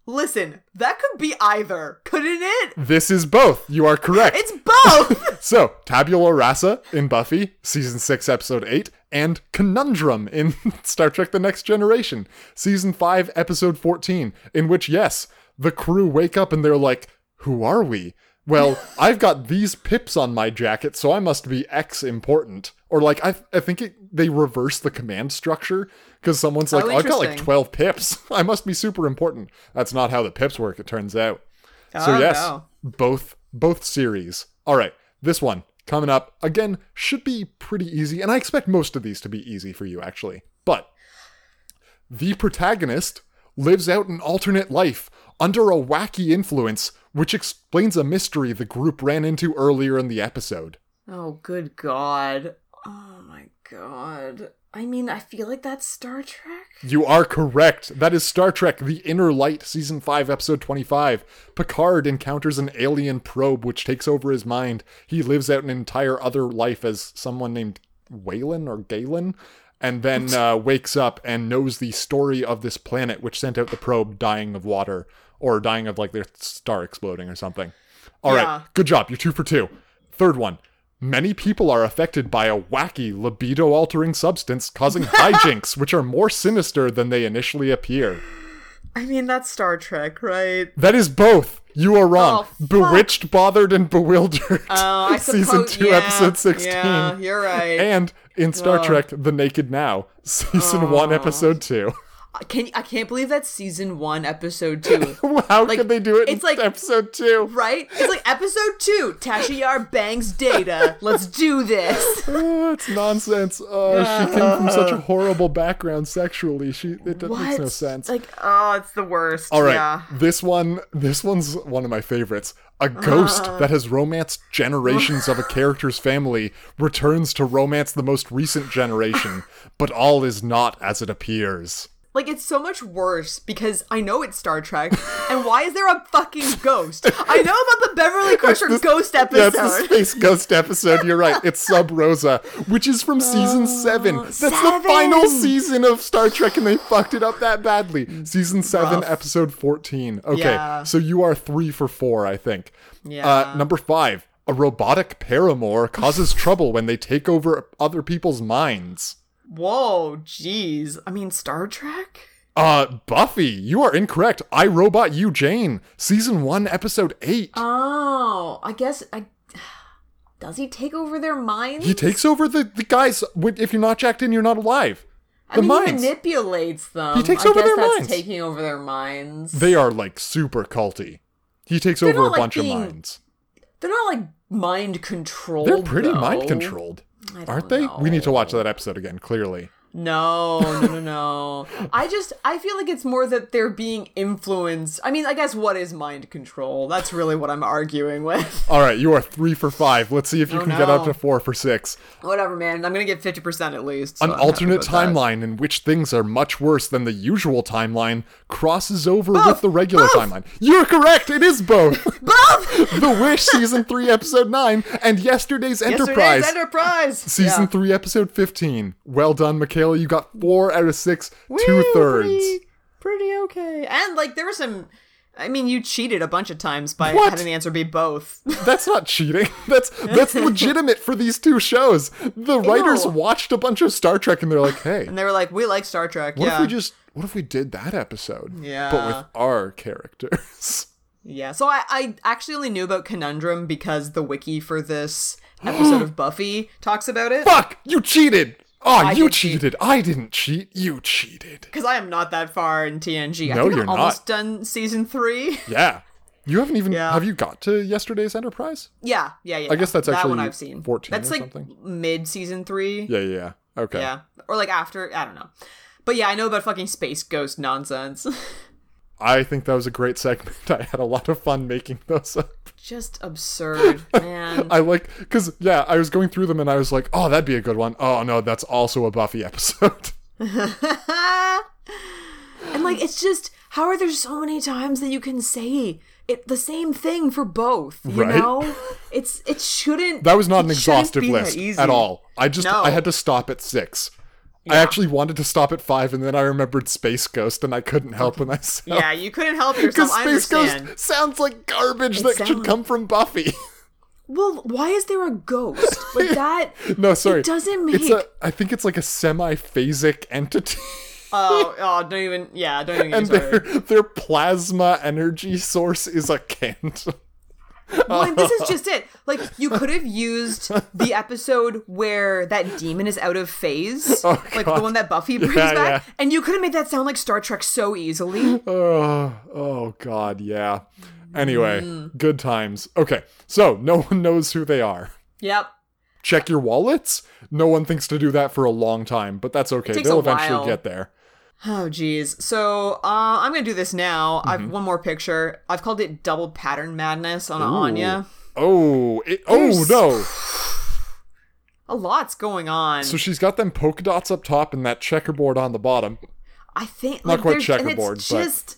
[SPEAKER 1] Listen, that could be either, couldn't it?
[SPEAKER 2] This is both. You are correct.
[SPEAKER 1] It's both.
[SPEAKER 2] So, Tabula Rasa in Buffy, season 6, episode 8, and Conundrum in Star Trek The Next Generation, season 5, episode 14, in which, yes, the crew wake up and they're like, Who are we? Well, I've got these pips on my jacket, so I must be X important. Or, like, I, I think it, they reverse the command structure because someone's like,
[SPEAKER 1] Oh,
[SPEAKER 2] I've got like
[SPEAKER 1] interesting.
[SPEAKER 2] 12 pips. I must be super important. That's not how the pips work, it turns out. So
[SPEAKER 1] Oh,
[SPEAKER 2] yes,
[SPEAKER 1] no.
[SPEAKER 2] both both series. All right, this one coming up again should be pretty easy, and I expect most of these to be easy for you actually. But the protagonist lives out an alternate life under a wacky influence, which explains a mystery the group ran into earlier in the episode.
[SPEAKER 1] Oh, good God. Oh, my God. I mean, I feel like that's Star Trek.
[SPEAKER 2] You are correct. That is Star Trek The Inner Light, Season 5, Episode 25. Picard encounters an alien probe which takes over his mind. He lives out an entire other life as someone named Waylon or Galen, and then uh, wakes up and knows the story of this planet which sent out the probe dying of water or dying of like their star exploding or something. All right,
[SPEAKER 1] Yeah.
[SPEAKER 2] good job. You're two for two. Third one. Many people are affected by a wacky, libido altering substance causing hijinks, which are more sinister than they initially appear.
[SPEAKER 1] I mean, that's Star Trek, right?
[SPEAKER 2] That is both. You are wrong.
[SPEAKER 1] Oh, fuck.
[SPEAKER 2] Bewitched, bothered, and bewildered.
[SPEAKER 1] Oh, I suppose,
[SPEAKER 2] season 2,
[SPEAKER 1] yeah,
[SPEAKER 2] episode 16.
[SPEAKER 1] Yeah, you're right.
[SPEAKER 2] And in Star Trek, The Naked Now, season 1, episode 2.
[SPEAKER 1] I can I can't believe that's season one, episode two.
[SPEAKER 2] How
[SPEAKER 1] Like,
[SPEAKER 2] could they do it
[SPEAKER 1] it's
[SPEAKER 2] in
[SPEAKER 1] like-
[SPEAKER 2] episode 2?
[SPEAKER 1] right? It's like episode two. Tasha Yar bangs data. Let's do this.
[SPEAKER 2] Ah, it's nonsense. Oh, she came from such a horrible background sexually. She it, that makes
[SPEAKER 1] What?
[SPEAKER 2] no sense.
[SPEAKER 1] Like, oh, it's the worst.
[SPEAKER 2] All right,
[SPEAKER 1] Yeah.
[SPEAKER 2] this one, this one's one of my favorites. A ghost
[SPEAKER 1] Uh.
[SPEAKER 2] that has romanced generations of a character's family returns to romance the most recent generation, but all is not as it appears.
[SPEAKER 1] Like it's so much worse because I know it's Star Trek, and why is there a fucking ghost? I know about the Beverly Crusher ghost
[SPEAKER 2] Yeah,
[SPEAKER 1] episode.
[SPEAKER 2] it's the space ghost episode. You're right. It's Sub Rosa, which is from season seven. That's the final
[SPEAKER 1] Oh, seven!
[SPEAKER 2] season of Star Trek, and they fucked it up that badly. Season seven,
[SPEAKER 1] Rough.
[SPEAKER 2] episode fourteen. Okay,
[SPEAKER 1] Yeah.
[SPEAKER 2] so you are three for four, I think. Uh,
[SPEAKER 1] Yeah.
[SPEAKER 2] number five, a robotic paramour causes trouble when they take over other people's minds.
[SPEAKER 1] Whoa, jeez. I mean, Star Trek.
[SPEAKER 2] Uh, Buffy, you are incorrect. I Robot You Jane, season one, episode eight.
[SPEAKER 1] Oh, I guess. I... Does he take over their minds?
[SPEAKER 2] he takes over the the guys. wi- If you're not jacked in, you're not alive.
[SPEAKER 1] I
[SPEAKER 2] the
[SPEAKER 1] mean,
[SPEAKER 2] minds.
[SPEAKER 1] he manipulates them.
[SPEAKER 2] He takes
[SPEAKER 1] I
[SPEAKER 2] over
[SPEAKER 1] guess
[SPEAKER 2] their
[SPEAKER 1] that's
[SPEAKER 2] minds.
[SPEAKER 1] Taking over their minds.
[SPEAKER 2] They are like super culty. He takes
[SPEAKER 1] They're
[SPEAKER 2] over a
[SPEAKER 1] not, like,
[SPEAKER 2] bunch of
[SPEAKER 1] being
[SPEAKER 2] minds.
[SPEAKER 1] They're not like mind controlled.
[SPEAKER 2] They're pretty
[SPEAKER 1] though.
[SPEAKER 2] mind controlled.
[SPEAKER 1] I don't
[SPEAKER 2] Aren't they? We need to
[SPEAKER 1] know.
[SPEAKER 2] watch that episode again, clearly.
[SPEAKER 1] No, no, no, no. I just I feel like it's more that they're being influenced. I mean, I guess what is mind control? That's really what I'm arguing with.
[SPEAKER 2] All right, you are three for five. Let's see if you
[SPEAKER 1] Oh,
[SPEAKER 2] can get up
[SPEAKER 1] no.
[SPEAKER 2] to four for six.
[SPEAKER 1] Whatever, man. I'm gonna get fifty percent at least. so
[SPEAKER 2] An
[SPEAKER 1] I'm happy
[SPEAKER 2] alternate
[SPEAKER 1] about that.
[SPEAKER 2] timeline in which things are much worse than the usual timeline crosses over with
[SPEAKER 1] Both!
[SPEAKER 2] the regular
[SPEAKER 1] Both!
[SPEAKER 2] timeline. You're correct. It is both.
[SPEAKER 1] Both
[SPEAKER 2] the Wish, season three, episode nine, and Yesterday's Enterprise.
[SPEAKER 1] Yesterday's Enterprise
[SPEAKER 2] Season
[SPEAKER 1] Yeah.
[SPEAKER 2] three, episode fifteen. Well done, Michaela. You got four out of six, two thirds.
[SPEAKER 1] Pretty, pretty okay. And like there were some. I mean, you cheated a bunch of times by
[SPEAKER 2] What?
[SPEAKER 1] having the answer be both.
[SPEAKER 2] That's not cheating. That's that's legitimate for these two shows. The writers
[SPEAKER 1] know.
[SPEAKER 2] watched a bunch of Star Trek and they're like, "Hey,
[SPEAKER 1] and they were like, "We like Star Trek."
[SPEAKER 2] what
[SPEAKER 1] yeah.
[SPEAKER 2] if we just what if we did that episode, but
[SPEAKER 1] Yeah.
[SPEAKER 2] with our characters?"
[SPEAKER 1] Yeah, so I, I actually only knew about Conundrum because the wiki for this episode of Buffy talks about it.
[SPEAKER 2] Fuck, you cheated. Oh,
[SPEAKER 1] I
[SPEAKER 2] you
[SPEAKER 1] did cheat.
[SPEAKER 2] cheated. I didn't cheat. You cheated.
[SPEAKER 1] Because I am not that far in TNG. I
[SPEAKER 2] No,
[SPEAKER 1] think
[SPEAKER 2] you're
[SPEAKER 1] I'm
[SPEAKER 2] not.
[SPEAKER 1] almost done season three.
[SPEAKER 2] Yeah. You haven't even
[SPEAKER 1] Yeah.
[SPEAKER 2] have you got to yesterday's Enterprise?
[SPEAKER 1] yeah, yeah, yeah.
[SPEAKER 2] I guess that's
[SPEAKER 1] that one
[SPEAKER 2] actually
[SPEAKER 1] I've seen.
[SPEAKER 2] 14
[SPEAKER 1] That's
[SPEAKER 2] or
[SPEAKER 1] like
[SPEAKER 2] something.
[SPEAKER 1] mid season three.
[SPEAKER 2] Yeah, yeah. yeah. Okay.
[SPEAKER 1] yeah, or like after. I don't know. But yeah, I know about fucking space ghost nonsense.
[SPEAKER 2] I think that was a great segment. I had a lot of fun making those up.
[SPEAKER 1] Just absurd, man.
[SPEAKER 2] I like because yeah, I was going through them and I was like, oh, that'd be a good one. Oh no, that's also a Buffy episode.
[SPEAKER 1] and like, it's just how are there so many times that you can say it the same thing for both? You
[SPEAKER 2] Right?
[SPEAKER 1] know, it's it shouldn't.
[SPEAKER 2] That was not an
[SPEAKER 1] it shouldn't
[SPEAKER 2] exhaustive
[SPEAKER 1] be that
[SPEAKER 2] list
[SPEAKER 1] easy.
[SPEAKER 2] at all. I just
[SPEAKER 1] No.
[SPEAKER 2] I had to stop at six. I actually wanted to stop at five, and then I remembered Space Ghost, and I couldn't help myself.
[SPEAKER 1] Yeah, you couldn't help
[SPEAKER 2] because
[SPEAKER 1] yourself. I
[SPEAKER 2] Space
[SPEAKER 1] understand.
[SPEAKER 2] Ghost sounds like garbage that should
[SPEAKER 1] sounds-
[SPEAKER 2] come from Buffy.
[SPEAKER 1] Well, why is there a ghost? Like that
[SPEAKER 2] No, sorry.
[SPEAKER 1] It doesn't
[SPEAKER 2] It's a,
[SPEAKER 1] make-
[SPEAKER 2] I think it's like a semi-phasic entity,
[SPEAKER 1] Oh, oh, don't even yeah, don't even get me
[SPEAKER 2] and their
[SPEAKER 1] started.
[SPEAKER 2] their plasma energy source is a candle.
[SPEAKER 1] Well, and this is just it. Like you could have used the episode where that demon is out of phase,
[SPEAKER 2] Oh,
[SPEAKER 1] like the
[SPEAKER 2] God.
[SPEAKER 1] one that Buffy brings
[SPEAKER 2] Yeah,
[SPEAKER 1] back,
[SPEAKER 2] yeah.
[SPEAKER 1] and you could have made that sound like Star Trek so easily.
[SPEAKER 2] Oh, oh God, yeah. Anyway,
[SPEAKER 1] Mm.
[SPEAKER 2] good times. Okay, so no one knows who they are.
[SPEAKER 1] Yep.
[SPEAKER 2] Check your wallets. No one thinks to do that for a long time, but that's okay.
[SPEAKER 1] Takes
[SPEAKER 2] They'll
[SPEAKER 1] a
[SPEAKER 2] eventually
[SPEAKER 1] while.
[SPEAKER 2] get there.
[SPEAKER 1] Oh geez. So uh, I'm gonna do this now.
[SPEAKER 2] Mm-hmm.
[SPEAKER 1] I've one more picture. I've called it double pattern madness on Anya.
[SPEAKER 2] Oh, it, oh
[SPEAKER 1] There's-
[SPEAKER 2] no!
[SPEAKER 1] A lot's going on.
[SPEAKER 2] So she's got them polka dots up top and that checkerboard on the bottom.
[SPEAKER 1] I think
[SPEAKER 2] Not
[SPEAKER 1] like,
[SPEAKER 2] quite
[SPEAKER 1] there's- and
[SPEAKER 2] checkerboard,
[SPEAKER 1] It's
[SPEAKER 2] but-
[SPEAKER 1] just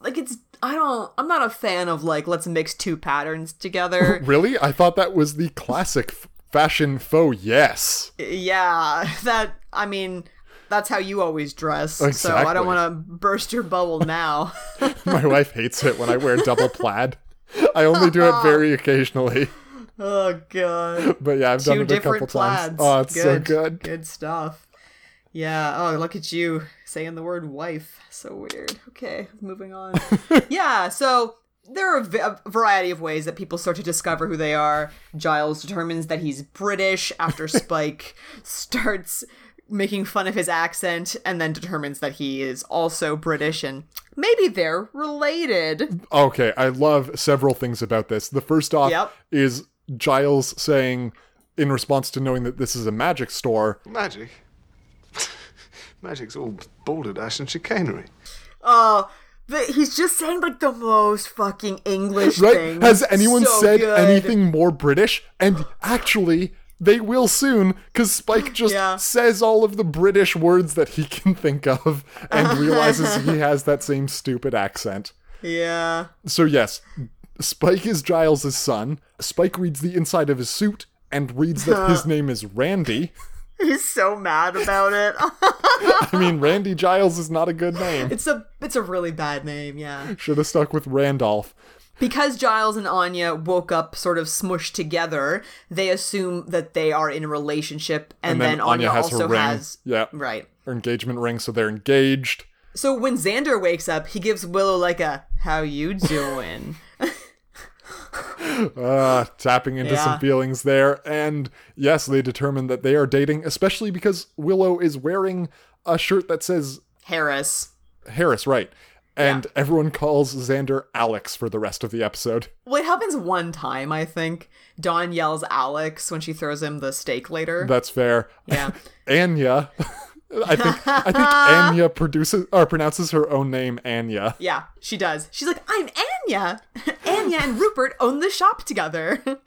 [SPEAKER 1] like it's. I don't. I'm not a fan of like let's mix two patterns together.
[SPEAKER 2] Really? I thought that was the classic f- fashion faux yes.
[SPEAKER 1] yeah, that. I mean, that's how you always dress. So I
[SPEAKER 2] Exactly.
[SPEAKER 1] don't want to burst your bubble now.
[SPEAKER 2] My wife hates it when I wear double plaid. I only do it very occasionally.
[SPEAKER 1] oh god.
[SPEAKER 2] But yeah, I've done
[SPEAKER 1] Two
[SPEAKER 2] it a couple
[SPEAKER 1] different plaids.
[SPEAKER 2] times. Oh, it's so good.
[SPEAKER 1] Good stuff. Yeah. Oh, look at you saying the word wife. So weird. Okay, moving on. yeah. So there are a v- a variety of ways that people start to discover who they are. Giles determines that he's British after Spike starts making fun of his accent and then determines that he is also British and maybe they're related.
[SPEAKER 2] Okay, I love several things about this. The first off
[SPEAKER 1] Yep.
[SPEAKER 2] is Giles saying, in response to knowing that this is a magic store,
[SPEAKER 9] Magic? Magic's all balderdash and chicanery.
[SPEAKER 1] Oh, but he's just saying like the most fucking English
[SPEAKER 2] right?
[SPEAKER 1] thing.
[SPEAKER 2] Has anyone
[SPEAKER 1] So
[SPEAKER 2] said
[SPEAKER 1] good.
[SPEAKER 2] anything more British? And actually, they will soon, because Spike just
[SPEAKER 1] Yeah.
[SPEAKER 2] says all of the British words that he can think of and realizes he has that same stupid accent.
[SPEAKER 1] Yeah.
[SPEAKER 2] So, yes, Spike is Giles' son. Spike reads the inside of his suit and reads that his name is Randy.
[SPEAKER 1] He's so mad about it.
[SPEAKER 2] I mean, Randy Giles is not a good name.
[SPEAKER 1] it's a it's a really bad name, yeah.
[SPEAKER 2] Should have stuck with Randolph.
[SPEAKER 1] Because Giles and Anya woke up sort of smushed together, they assume that they are in a relationship and, then, Anya,
[SPEAKER 2] has her
[SPEAKER 1] also
[SPEAKER 2] ring.
[SPEAKER 1] has
[SPEAKER 2] yeah.
[SPEAKER 1] Right.
[SPEAKER 2] Her engagement ring, so they're engaged.
[SPEAKER 1] So when Xander wakes up, he gives Willow like a how you doing?
[SPEAKER 2] Uh, tapping into
[SPEAKER 1] Yeah.
[SPEAKER 2] some feelings there. And yes, they determine that they are dating, especially because Willow is wearing a shirt that says
[SPEAKER 1] Harris.
[SPEAKER 2] Harris, right? And everyone calls Xander Alex for the rest of the episode.
[SPEAKER 1] Well, it happens one time, I think. Dawn yells Alex when she throws him the steak later.
[SPEAKER 2] That's fair.
[SPEAKER 1] yeah.
[SPEAKER 2] Anya. I think I think Anya produces or pronounces her own name Anya.
[SPEAKER 1] Yeah, she does. She's like, I'm Anya. Anya and Rupert own the shop together.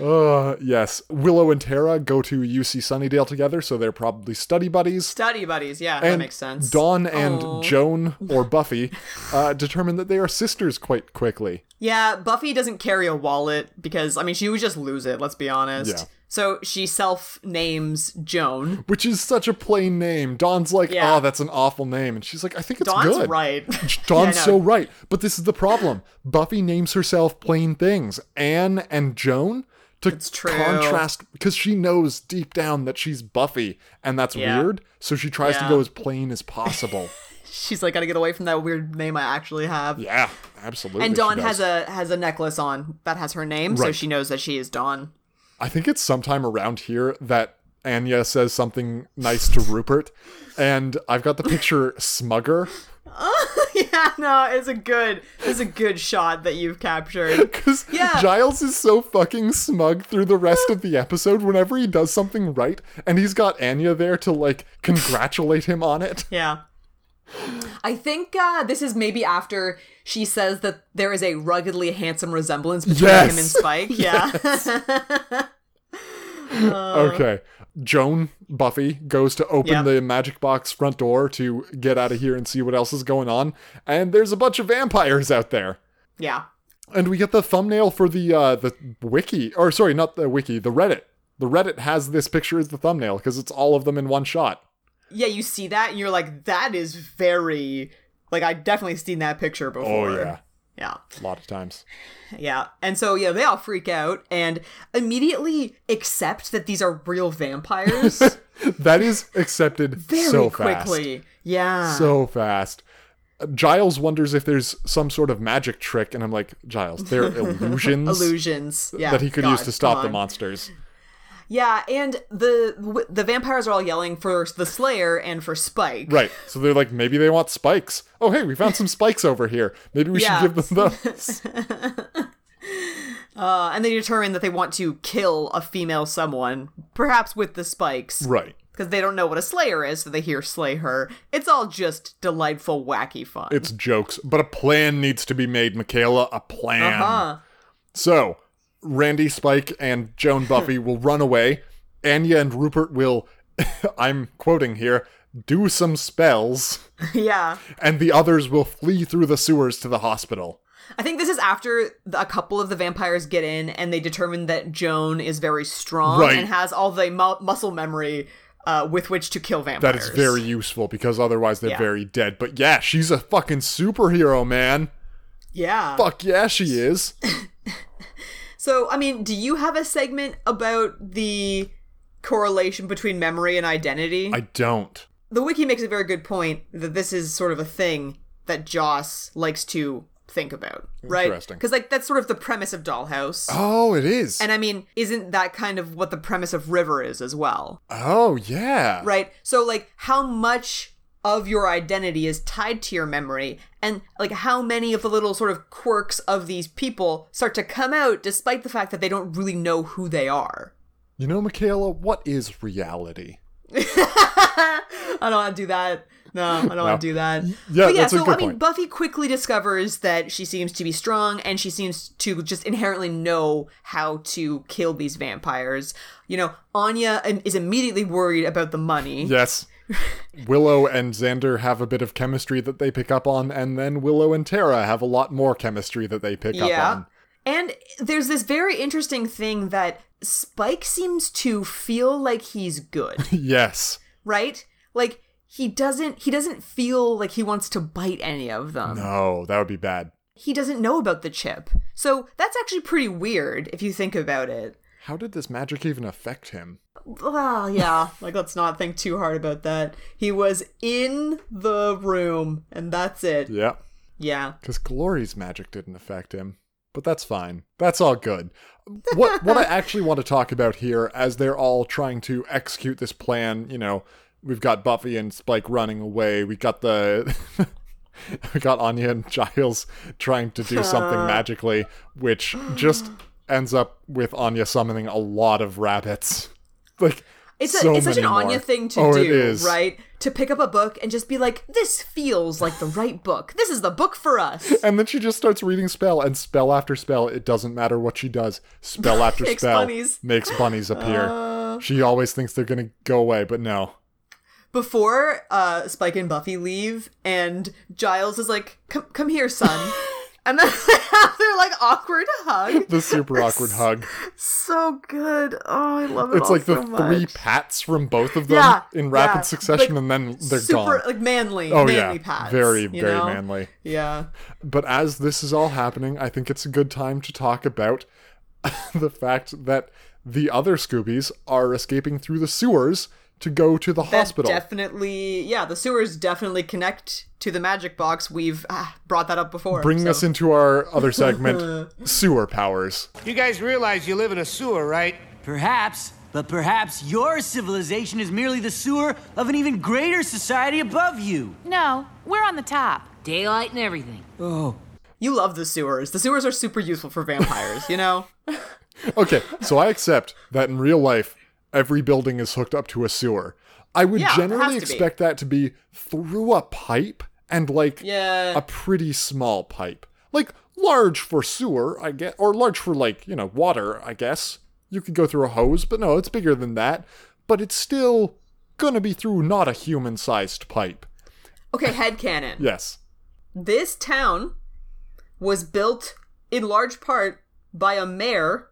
[SPEAKER 2] Uh, yes. Willow and Tara go to UC Sunnydale together, so they're probably study buddies.
[SPEAKER 1] Study buddies. Yeah, that
[SPEAKER 2] And
[SPEAKER 1] makes sense.
[SPEAKER 2] Dawn and
[SPEAKER 1] Aw.
[SPEAKER 2] Joan or Buffy uh, determine that they are sisters quite quickly.
[SPEAKER 1] Yeah, Buffy doesn't carry a wallet because, I mean, she would just lose it, let's be honest.
[SPEAKER 2] Yeah.
[SPEAKER 1] So she self names Joan.
[SPEAKER 2] Which is such a plain name. Dawn's like,
[SPEAKER 1] Yeah.
[SPEAKER 2] oh, that's an awful name. And she's like, I think it's
[SPEAKER 1] Dawn's
[SPEAKER 2] good.
[SPEAKER 1] right.
[SPEAKER 2] Dawn's
[SPEAKER 1] Yeah, I know.
[SPEAKER 2] so right. But this is the problem. Buffy names herself plain things. Anne and Joan to
[SPEAKER 1] true.
[SPEAKER 2] contrast because she knows deep down that she's Buffy and that's
[SPEAKER 1] Yeah.
[SPEAKER 2] weird. So she tries
[SPEAKER 1] Yeah.
[SPEAKER 2] to go as plain as possible.
[SPEAKER 1] She's like, gotta get away from that weird name I actually have.
[SPEAKER 2] yeah, absolutely.
[SPEAKER 1] And Dawn
[SPEAKER 2] she
[SPEAKER 1] has
[SPEAKER 2] does.
[SPEAKER 1] a has a necklace on that has her name, so
[SPEAKER 2] Right.
[SPEAKER 1] she knows that she is Dawn.
[SPEAKER 2] I think it's sometime around here that Anya says something nice to Rupert. And I've got the picture Smugger.
[SPEAKER 1] yeah, no, it's a good it's a good shot that you've captured.
[SPEAKER 2] Because
[SPEAKER 1] Yeah.
[SPEAKER 2] Giles is so fucking smug through the rest of the episode whenever he does something right, and he's got Anya there to like congratulate him on it.
[SPEAKER 1] Yeah. I think uh, this is maybe after she says that there is a ruggedly handsome resemblance between him and
[SPEAKER 2] Yes.
[SPEAKER 1] Spike. Yeah. Uh-huh.
[SPEAKER 2] okay. Joan Buffy goes to open
[SPEAKER 1] Yep.
[SPEAKER 2] the magic box front door to get out of here and see what else is going on, and there's a bunch of vampires out there.
[SPEAKER 1] yeah.
[SPEAKER 2] And we get the thumbnail for the uh the wiki or sorry, not the wiki, the Reddit. The Reddit has this picture as the thumbnail because it's all of them in one shot.
[SPEAKER 1] Yeah, you
[SPEAKER 2] Oh,
[SPEAKER 1] see that and you're like, that is very like I've definitely seen that picture before. Oh, Yeah.
[SPEAKER 2] a lot of times.
[SPEAKER 1] Yeah. And so, yeah, they all freak out and immediately accept that these are real vampires
[SPEAKER 2] That is accepted
[SPEAKER 1] very
[SPEAKER 2] so
[SPEAKER 1] quickly. Yeah.
[SPEAKER 2] fast. So fast. Giles wonders if there's some sort of magic trick, and I'm like, Giles, they're illusions
[SPEAKER 1] Illusions. Yeah.
[SPEAKER 2] that he could
[SPEAKER 1] God,
[SPEAKER 2] use to stop
[SPEAKER 1] come
[SPEAKER 2] the
[SPEAKER 1] on.
[SPEAKER 2] monsters.
[SPEAKER 1] Yeah, and the the vampires are all yelling for the Slayer and for Spike.
[SPEAKER 2] Right. So they're like, maybe they want spikes. Oh, hey, we found some spikes over here. Maybe we
[SPEAKER 1] Yeah.
[SPEAKER 2] should give them those.
[SPEAKER 1] Uh, and they determine that they want to kill a female someone, perhaps with the spikes.
[SPEAKER 2] right.
[SPEAKER 1] Because they don't know what a Slayer is, so they hear Slay Her. It's all just delightful, wacky fun.
[SPEAKER 2] It's jokes, but a plan needs to be made, Michaela. A plan.
[SPEAKER 1] uh-huh.
[SPEAKER 2] So, Randy, Spike, and Joan Buffy will run away. Anya and Rupert will, I'm quoting here, do some spells,
[SPEAKER 1] yeah.
[SPEAKER 2] and the others will flee through the sewers to the hospital.
[SPEAKER 1] I think this is after the- a couple of the vampires get in and they determine that Joan is very strong
[SPEAKER 2] Right.
[SPEAKER 1] and has all the mu- muscle memory uh, with which to kill
[SPEAKER 2] That
[SPEAKER 1] vampires.
[SPEAKER 2] is very useful because otherwise they're
[SPEAKER 1] Yeah.
[SPEAKER 2] very dead. But yeah, she's a fucking superhero, man.
[SPEAKER 1] Yeah.
[SPEAKER 2] Fuck yeah, she is.
[SPEAKER 1] So, I mean, do you have a segment about the correlation between memory and identity?
[SPEAKER 2] I don't.
[SPEAKER 1] the wiki makes a very good point that this is sort of a thing that Joss likes to think about, right?
[SPEAKER 2] Interesting.
[SPEAKER 1] Because like that's sort of the premise of Dollhouse.
[SPEAKER 2] Oh, it is.
[SPEAKER 1] And I mean, isn't that kind of what the premise of River is as well?
[SPEAKER 2] oh, yeah.
[SPEAKER 1] Right? So like how much of your identity is tied to your memory and like how many of the little sort of quirks of these people start to come out despite the fact that they don't really know who they are.
[SPEAKER 2] You know, Michaela, what is reality?
[SPEAKER 1] I don't want to do that. No, I don't want to do that.
[SPEAKER 2] yeah,
[SPEAKER 1] but yeah.
[SPEAKER 2] that's a
[SPEAKER 1] so
[SPEAKER 2] good
[SPEAKER 1] I mean,
[SPEAKER 2] point.
[SPEAKER 1] Buffy quickly discovers that she seems to be strong, and she seems to just inherently know how to kill these vampires. You know, Anya im- is immediately worried about the money.
[SPEAKER 2] Yes. Willow and Xander have a bit of chemistry that they pick up on, and then Willow and Tara have a lot more chemistry that they pick
[SPEAKER 1] Yeah.
[SPEAKER 2] up on.
[SPEAKER 1] And there's this very interesting thing that Spike seems to feel like he's good.
[SPEAKER 2] Yes.
[SPEAKER 1] right? Like he doesn't he doesn't feel like he wants to bite any of them.
[SPEAKER 2] No, that would be bad.
[SPEAKER 1] He doesn't know about the chip. So that's actually pretty weird if you think about it.
[SPEAKER 2] How did this magic even affect him?
[SPEAKER 1] Well, yeah, like let's not think too hard about that. He was in the room and that's it.
[SPEAKER 2] Yeah.
[SPEAKER 1] Yeah.
[SPEAKER 2] Because Glory's magic didn't affect him. But that's fine. That's all good. What what I actually want to talk about here as they're all trying to execute this plan, you know, we've got Buffy and Spike running away, we got the we got Anya and Giles trying to do something magically, which just ends up with Anya summoning a lot of rabbits. Like
[SPEAKER 1] It's, a,
[SPEAKER 2] so
[SPEAKER 1] it's such an
[SPEAKER 2] many more.
[SPEAKER 1] Anya thing to
[SPEAKER 2] Oh,
[SPEAKER 1] do,
[SPEAKER 2] it is.
[SPEAKER 1] right? To pick up a book and just be like, this feels like the right book. This is the book for us.
[SPEAKER 2] And then she just starts reading spell and spell after spell. It doesn't matter what she does. Spell after
[SPEAKER 1] Makes
[SPEAKER 2] spell
[SPEAKER 1] bunnies. Uh.
[SPEAKER 2] makes bunnies appear. she always thinks they're gonna go away, but no.
[SPEAKER 1] before uh, Spike and Buffy leave, and Giles is like, "Come, come here, son," and then they have their like awkward hug.
[SPEAKER 2] The super awkward hug.
[SPEAKER 1] So good. Oh, I love it.
[SPEAKER 2] It's
[SPEAKER 1] all
[SPEAKER 2] like
[SPEAKER 1] so
[SPEAKER 2] the
[SPEAKER 1] much.
[SPEAKER 2] three pats from both of them
[SPEAKER 1] Yeah,
[SPEAKER 2] in rapid
[SPEAKER 1] yeah.
[SPEAKER 2] succession,
[SPEAKER 1] Like,
[SPEAKER 2] and then they're
[SPEAKER 1] super
[SPEAKER 2] gone.
[SPEAKER 1] like manly.
[SPEAKER 2] oh
[SPEAKER 1] manly
[SPEAKER 2] yeah,
[SPEAKER 1] pats,
[SPEAKER 2] very
[SPEAKER 1] you
[SPEAKER 2] very
[SPEAKER 1] know?
[SPEAKER 2] manly.
[SPEAKER 1] Yeah.
[SPEAKER 2] But as this is all happening, I think it's a good time to talk about the fact that the other Scoobies are escaping through the sewers to go to the hospital.
[SPEAKER 1] That definitely. Yeah, the sewers definitely connect to the magic box. We've ah, brought that up before.
[SPEAKER 2] bringing
[SPEAKER 1] so-
[SPEAKER 2] us into our other segment sewer powers
[SPEAKER 10] You guys realize you live in a sewer, right?
[SPEAKER 11] Perhaps, but perhaps your civilization is merely the sewer of an even greater society above you.
[SPEAKER 3] No, we're on the top. Daylight and everything.
[SPEAKER 1] You love the sewers. The sewers are super useful for vampires. you know.
[SPEAKER 2] okay so i accept that in real life every building is hooked up to a sewer i would
[SPEAKER 1] Yeah, it
[SPEAKER 2] generally
[SPEAKER 1] has to be.
[SPEAKER 2] expect that to be through a pipe and like
[SPEAKER 1] Yeah.
[SPEAKER 2] a pretty small pipe like large for sewer i guess or large for like you know water i guess you could go through a hose but no it's bigger than that but it's still gonna be through not a human sized pipe
[SPEAKER 1] Okay, headcanon.
[SPEAKER 2] yes
[SPEAKER 1] this town was built in large part by a mayor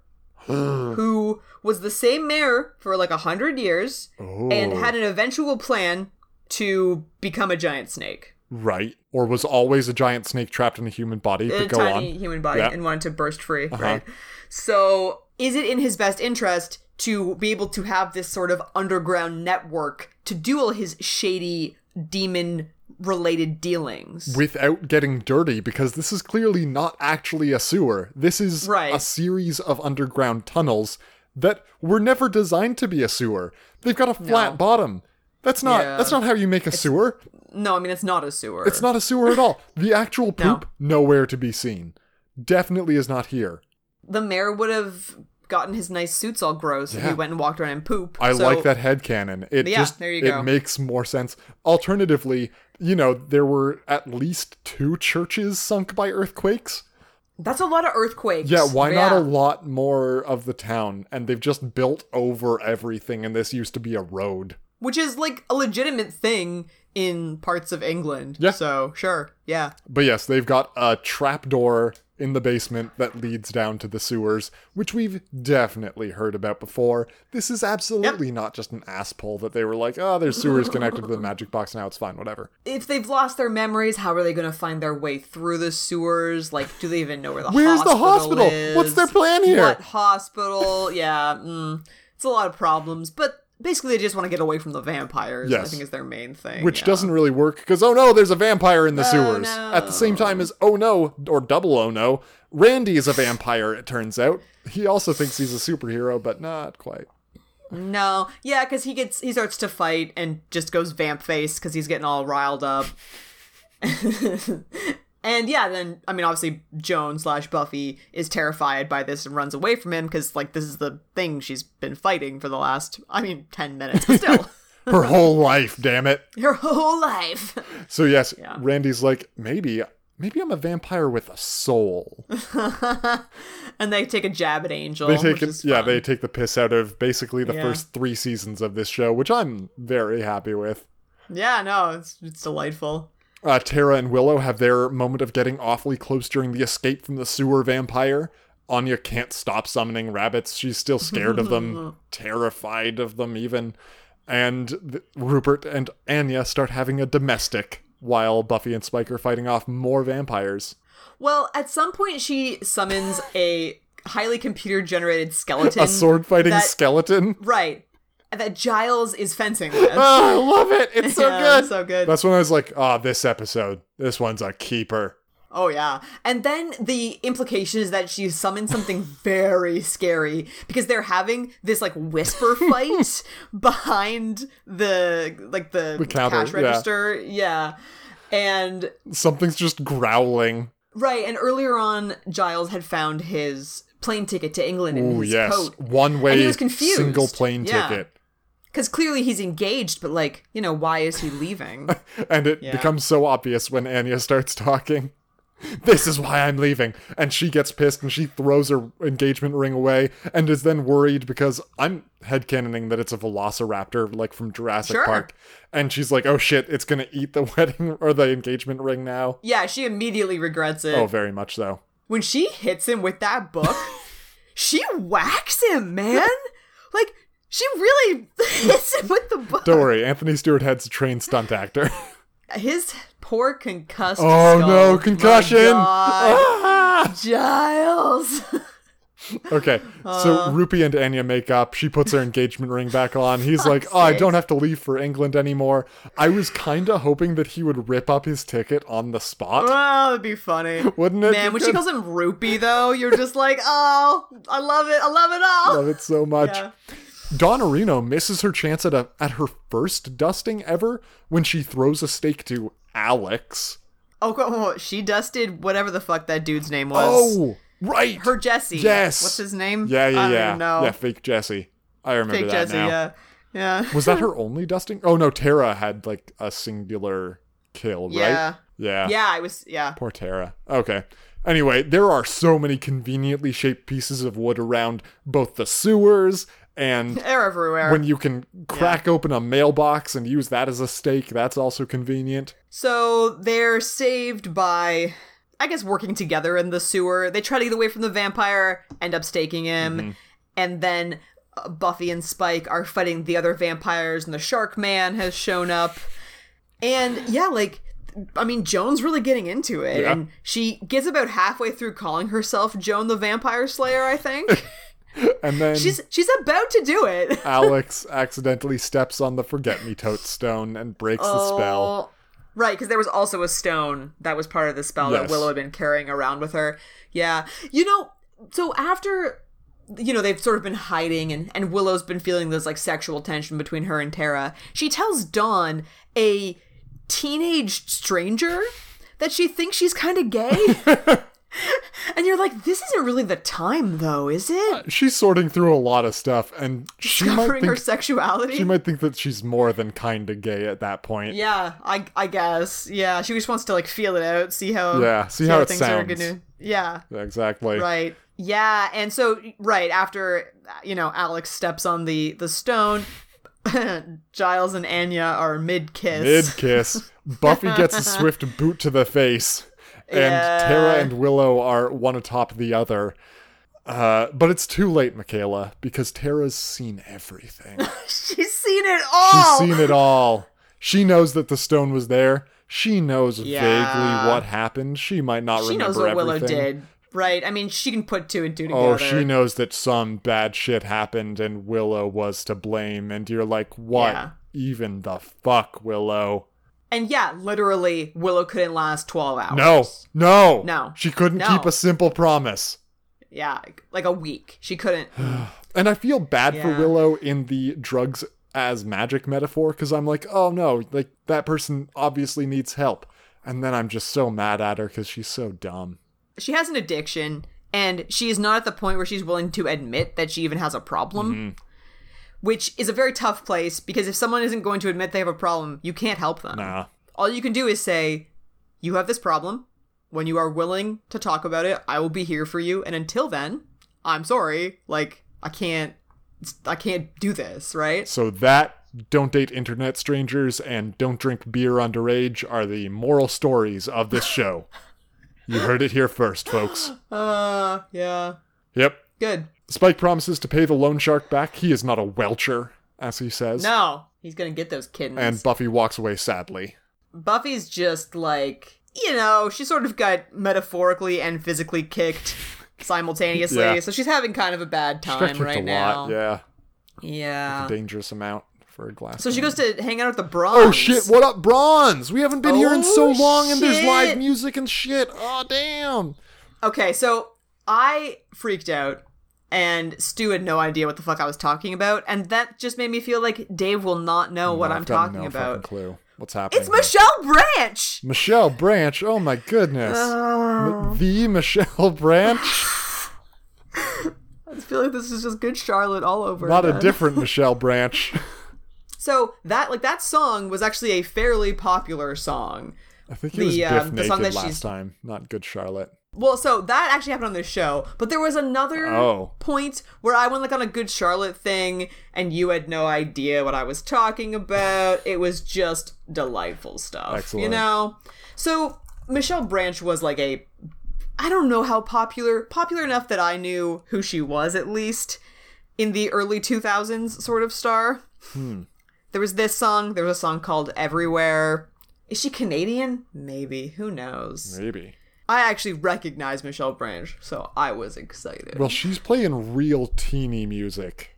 [SPEAKER 1] who was the same mayor for like a
[SPEAKER 2] Oh.
[SPEAKER 1] hundred years and had an eventual plan to become a giant snake.
[SPEAKER 2] right? Or was always a giant snake trapped in a human body?
[SPEAKER 1] a
[SPEAKER 2] But go
[SPEAKER 1] tiny
[SPEAKER 2] on.
[SPEAKER 1] human body
[SPEAKER 2] Yeah. Uh-huh.
[SPEAKER 1] and wanted to burst free, right? So, is it in his best interest to be able to have this sort of underground network to do all his shady demon related dealings?
[SPEAKER 2] Without getting dirty, because this is clearly not actually a sewer. This is
[SPEAKER 1] Right.
[SPEAKER 2] a series of underground tunnels that were never designed to be a sewer. They've got a flat bottom. That's not
[SPEAKER 1] Yeah.
[SPEAKER 2] that's not how you make a sewer.
[SPEAKER 1] no, I mean it's not a sewer.
[SPEAKER 2] It's not a sewer at all. The actual poop nowhere to be seen. Definitely is not here.
[SPEAKER 1] The mayor would have gotten his nice suits all gross if
[SPEAKER 2] Yeah.
[SPEAKER 1] he went and walked around and poop.
[SPEAKER 2] I
[SPEAKER 1] So-
[SPEAKER 2] like that head cannon. It
[SPEAKER 1] Yeah,
[SPEAKER 2] just
[SPEAKER 1] there you
[SPEAKER 2] it
[SPEAKER 1] go.
[SPEAKER 2] makes more sense. Alternatively, you know, there were at least two churches sunk by earthquakes.
[SPEAKER 1] That's a lot of earthquakes.
[SPEAKER 2] Yeah, why not
[SPEAKER 1] Yeah.
[SPEAKER 2] a lot more of the town? And they've just built over everything and this used to be a road.
[SPEAKER 1] Which is like a legitimate thing in parts of England.
[SPEAKER 2] Yeah.
[SPEAKER 1] So sure, yeah.
[SPEAKER 2] But yes, they've got a trapdoor in the basement that leads down to the sewers, which we've definitely heard about before. This is absolutely not just an ass pull that they were like, oh, there's sewers connected to the magic box now, it's fine, whatever.
[SPEAKER 1] if they've lost their memories, how are they going to find their way through the sewers? Like, do they even know where the
[SPEAKER 2] Where's the
[SPEAKER 1] hospital
[SPEAKER 2] hospital? What's
[SPEAKER 1] is?
[SPEAKER 2] their plan here?
[SPEAKER 1] What hospital? yeah, mm, it's a lot of problems, but basically they just want to get away from the vampires. I
[SPEAKER 2] Yes.
[SPEAKER 1] think is their main thing.
[SPEAKER 2] Which
[SPEAKER 1] yeah. Oh,
[SPEAKER 2] doesn't really work because oh no, there's a vampire in the sewers.
[SPEAKER 1] no.
[SPEAKER 2] At the same time as oh no, or double oh no, Randy is a vampire, it turns out. He also thinks he's a superhero, but not quite.
[SPEAKER 1] No, yeah, because he gets he starts to fight and just goes vamp face because he's getting all riled up. and yeah, then I mean, obviously Joan slash Buffy is terrified by this and runs away from him because like this is the thing she's been fighting for the last I mean ten minutes, but still
[SPEAKER 2] Her whole life, damn it.
[SPEAKER 1] her whole life.
[SPEAKER 2] So yes, Randy's like, maybe maybe I'm a vampire with a soul.
[SPEAKER 1] And they take a jab at Angel.
[SPEAKER 2] They take
[SPEAKER 1] which
[SPEAKER 2] it,
[SPEAKER 1] is
[SPEAKER 2] yeah,
[SPEAKER 1] fun.
[SPEAKER 2] they take the piss out of basically the
[SPEAKER 1] Yeah.
[SPEAKER 2] first three seasons of this show, which I'm very happy with.
[SPEAKER 1] yeah, no, it's it's delightful.
[SPEAKER 2] Uh, Tara and Willow have their moment of getting awfully close during the escape from the sewer vampire. Anya can't stop summoning rabbits. She's still scared of them, terrified of them, even. And th- Rupert and Anya start having a domestic while Buffy and Spike are fighting off more vampires.
[SPEAKER 1] Well, at some point she summons a highly computer generated skeleton,
[SPEAKER 2] A sword fighting
[SPEAKER 1] that-
[SPEAKER 2] skeleton.
[SPEAKER 1] Right. That Giles is fencing with.
[SPEAKER 2] Oh, I love it. It's so
[SPEAKER 1] Yeah,
[SPEAKER 2] good.
[SPEAKER 1] it's so good.
[SPEAKER 2] That's when I was like, ah, this episode. This one's a keeper.
[SPEAKER 1] oh, yeah. And then the implication is that she summoned something very scary because they're having this like whisper fight behind the like the,
[SPEAKER 2] counter,
[SPEAKER 1] cash
[SPEAKER 2] yeah.
[SPEAKER 1] register. Yeah. And
[SPEAKER 2] Something's just growling.
[SPEAKER 1] right, and earlier on Giles had found his plane ticket to England in
[SPEAKER 2] Ooh,
[SPEAKER 1] his
[SPEAKER 2] yes.
[SPEAKER 1] coat.
[SPEAKER 2] One way
[SPEAKER 1] And he was confused.
[SPEAKER 2] single plane
[SPEAKER 1] Yeah.
[SPEAKER 2] ticket.
[SPEAKER 1] Because clearly he's engaged, but like, you know, why is he leaving?
[SPEAKER 2] And it becomes so obvious when Anya starts talking. This is why I'm leaving. And she gets pissed and she throws her engagement ring away and is then worried because I'm headcanoning that it's a velociraptor, like from Jurassic
[SPEAKER 1] Sure.
[SPEAKER 2] Park. And she's like, oh shit, it's going to eat the wedding or the engagement ring now.
[SPEAKER 1] yeah, she immediately regrets it.
[SPEAKER 2] Oh, very much so.
[SPEAKER 1] when she hits him with that book, she whacks him, man. Like she really hits him with the book.
[SPEAKER 2] Don't worry, Anthony Stewart Head's a trained stunt actor.
[SPEAKER 1] His poor concussed.
[SPEAKER 2] oh
[SPEAKER 1] skull.
[SPEAKER 2] no,
[SPEAKER 1] My
[SPEAKER 2] concussion!
[SPEAKER 1] God.
[SPEAKER 2] Ah!
[SPEAKER 1] Giles.
[SPEAKER 2] Okay,
[SPEAKER 1] Uh.
[SPEAKER 2] so Rupi and Anya make up. She puts her engagement ring back on. He's like, oh, I don't have to leave for England anymore. I was kinda hoping that he would rip up his ticket on the spot.
[SPEAKER 1] oh, that'd be funny.
[SPEAKER 2] Wouldn't it
[SPEAKER 1] Man,
[SPEAKER 2] be
[SPEAKER 1] when she
[SPEAKER 2] good?
[SPEAKER 1] calls him Rupee, though, you're just like, oh, I love it. I love it all.
[SPEAKER 2] Love it so much.
[SPEAKER 1] Yeah.
[SPEAKER 2] Don Arino misses her chance at, a, at her first dusting ever when she throws a stake to Alex.
[SPEAKER 1] Oh, go- oh, she dusted whatever the fuck that dude's name was.
[SPEAKER 2] Oh, right.
[SPEAKER 1] Her Jesse.
[SPEAKER 2] Yes.
[SPEAKER 1] What's his name?
[SPEAKER 2] Yeah, yeah,
[SPEAKER 1] I don't
[SPEAKER 2] yeah.
[SPEAKER 1] even know.
[SPEAKER 2] Yeah, fake Jesse. I remember
[SPEAKER 1] Fake
[SPEAKER 2] that
[SPEAKER 1] Jesse.
[SPEAKER 2] now.
[SPEAKER 1] Yeah. Yeah.
[SPEAKER 2] Was that her only dusting? Oh no, Tara had like a singular kill, right?
[SPEAKER 1] Yeah.
[SPEAKER 2] Yeah.
[SPEAKER 1] yeah. It was. Yeah.
[SPEAKER 2] Poor Tara. Okay. Anyway, there are so many conveniently shaped pieces of wood around both the sewers and
[SPEAKER 1] They're everywhere.
[SPEAKER 2] when you can crack open a mailbox and use that as a stake, that's also convenient.
[SPEAKER 1] So they're saved by, I guess, working together in the sewer. They try to get away from the vampire, end up staking him, and then uh, Buffy and Spike are fighting the other vampires, and the Shark Man has shown up. And yeah, like I mean, Joan's really getting into it,
[SPEAKER 2] Yeah.
[SPEAKER 1] and she gets about halfway through calling herself Joan the Vampire Slayer. I think
[SPEAKER 2] And then
[SPEAKER 1] she's she's about to do it.
[SPEAKER 2] Alex accidentally steps on the forget me tote stone and breaks the spell.
[SPEAKER 1] Well, Right, because there was also a stone that was part of the spell
[SPEAKER 2] Yes.
[SPEAKER 1] that Willow had been carrying around with her. Yeah. You know, so after you know, they've sort of been hiding and, and Willow's been feeling this like sexual tension between her and Tara, she tells Dawn, a teenage stranger, that she thinks she's kinda gay. and you're like, this isn't really the time though, is it?
[SPEAKER 2] She's sorting through a lot of stuff, and she might
[SPEAKER 1] Covering her
[SPEAKER 2] think
[SPEAKER 1] sexuality.
[SPEAKER 2] she might think that she's more than kinda gay at that point.
[SPEAKER 1] Yeah, I I guess. Yeah, she just wants to like feel it out, see how
[SPEAKER 2] Yeah, see how it
[SPEAKER 1] things are
[SPEAKER 2] sounds.
[SPEAKER 1] gonna. Yeah,
[SPEAKER 2] Exactly.
[SPEAKER 1] right. Yeah, and so right after you know Alex steps on the the stone, Giles and Anya are mid
[SPEAKER 2] Mid
[SPEAKER 1] kiss.
[SPEAKER 2] kiss, Buffy gets a swift boot to the face, and Tara and Willow are one atop the other. Uh, but it's too late, Michaela, because Tara's seen everything.
[SPEAKER 1] She's seen it
[SPEAKER 2] She's
[SPEAKER 1] all.
[SPEAKER 2] seen it all. She knows that the stone was there. She knows
[SPEAKER 1] Yeah.
[SPEAKER 2] vaguely what happened. She might not
[SPEAKER 1] she
[SPEAKER 2] remember
[SPEAKER 1] knows what Willow
[SPEAKER 2] everything.
[SPEAKER 1] did. Right. I mean, she can put two and two together.
[SPEAKER 2] Oh, she knows that some bad shit happened and Willow was to blame. And you're like, what
[SPEAKER 1] Yeah.
[SPEAKER 2] even the fuck, Willow?
[SPEAKER 1] And yeah, literally, Willow couldn't last twelve hours.
[SPEAKER 2] No, no,
[SPEAKER 1] No.
[SPEAKER 2] She couldn't
[SPEAKER 1] No.
[SPEAKER 2] keep a simple promise.
[SPEAKER 1] Yeah, like a week. She couldn't.
[SPEAKER 2] And I feel bad for
[SPEAKER 1] Yeah.
[SPEAKER 2] Willow in the drugs as magic metaphor because I'm like, oh no, like that person obviously needs help. And then I'm just so mad at her because she's so dumb.
[SPEAKER 1] she has an addiction and she is not at the point where she's willing to admit that she even has a problem
[SPEAKER 2] Mm-hmm.
[SPEAKER 1] which is a very tough place because if someone isn't going to admit they have a problem you can't help them
[SPEAKER 2] Nah.
[SPEAKER 1] all you can do is say you have this problem when you are willing to talk about it i will be here for you and until then i'm sorry like i can't i can't do this right
[SPEAKER 2] So that don't date internet strangers and don't drink beer underage are the moral stories of this show. you heard it here first, folks.
[SPEAKER 1] uh yeah
[SPEAKER 2] Yep.
[SPEAKER 1] good
[SPEAKER 2] Spike promises to pay the loan shark back. He is not a welcher, as he says.
[SPEAKER 1] no he's gonna get those kittens
[SPEAKER 2] And Buffy walks away sadly.
[SPEAKER 1] Buffy's just like, you know, she sort of got metaphorically and physically kicked simultaneously,
[SPEAKER 2] Yeah.
[SPEAKER 1] so she's having kind of a bad
[SPEAKER 2] She got
[SPEAKER 1] time
[SPEAKER 2] kicked
[SPEAKER 1] right
[SPEAKER 2] a
[SPEAKER 1] now.
[SPEAKER 2] lot, yeah.
[SPEAKER 1] Yeah.
[SPEAKER 2] Dangerous amount for a glass.
[SPEAKER 1] So she goes to hang out at the bronze.
[SPEAKER 2] Oh shit, what up, Bronze? We haven't been here in so
[SPEAKER 1] Oh,
[SPEAKER 2] long and there's live
[SPEAKER 1] shit.
[SPEAKER 2] music and shit. Oh damn.
[SPEAKER 1] Okay, so I freaked out and Stu had no idea what the fuck I was talking about, and that just made me feel like Dave will not know what
[SPEAKER 2] I've
[SPEAKER 1] I'm
[SPEAKER 2] got
[SPEAKER 1] talking
[SPEAKER 2] no fucking
[SPEAKER 1] about.
[SPEAKER 2] clue. What's happening?
[SPEAKER 1] It's
[SPEAKER 2] here?
[SPEAKER 1] Michelle Branch!
[SPEAKER 2] Michelle Branch. Oh my goodness.
[SPEAKER 1] Oh.
[SPEAKER 2] M- the Michelle Branch,
[SPEAKER 1] I feel like this is just good Charlotte all over.
[SPEAKER 2] not a
[SPEAKER 1] again.
[SPEAKER 2] different Michelle Branch.
[SPEAKER 1] So that like that song was actually a fairly popular song.
[SPEAKER 2] I think it
[SPEAKER 1] The,
[SPEAKER 2] was Biff
[SPEAKER 1] um, the
[SPEAKER 2] Naked
[SPEAKER 1] song that
[SPEAKER 2] last
[SPEAKER 1] she's-
[SPEAKER 2] time. Not Good Charlotte.
[SPEAKER 1] Well, so that actually happened on this show, but there was another
[SPEAKER 2] Oh.
[SPEAKER 1] point where I went like on a good Charlotte thing, and you had no idea what I was talking about. it was just delightful stuff, you
[SPEAKER 2] Excellent.
[SPEAKER 1] know. So Michelle Branch was like a, I don't know how popular, popular enough that I knew who she was at least in the early two thousands sort of star.
[SPEAKER 2] Hmm.
[SPEAKER 1] There was this song. There was a song called Everywhere. Is she Canadian? Maybe. Who knows?
[SPEAKER 2] Maybe.
[SPEAKER 1] I actually recognized Michelle Branch, so I was excited.
[SPEAKER 2] Well, she's playing real teeny music.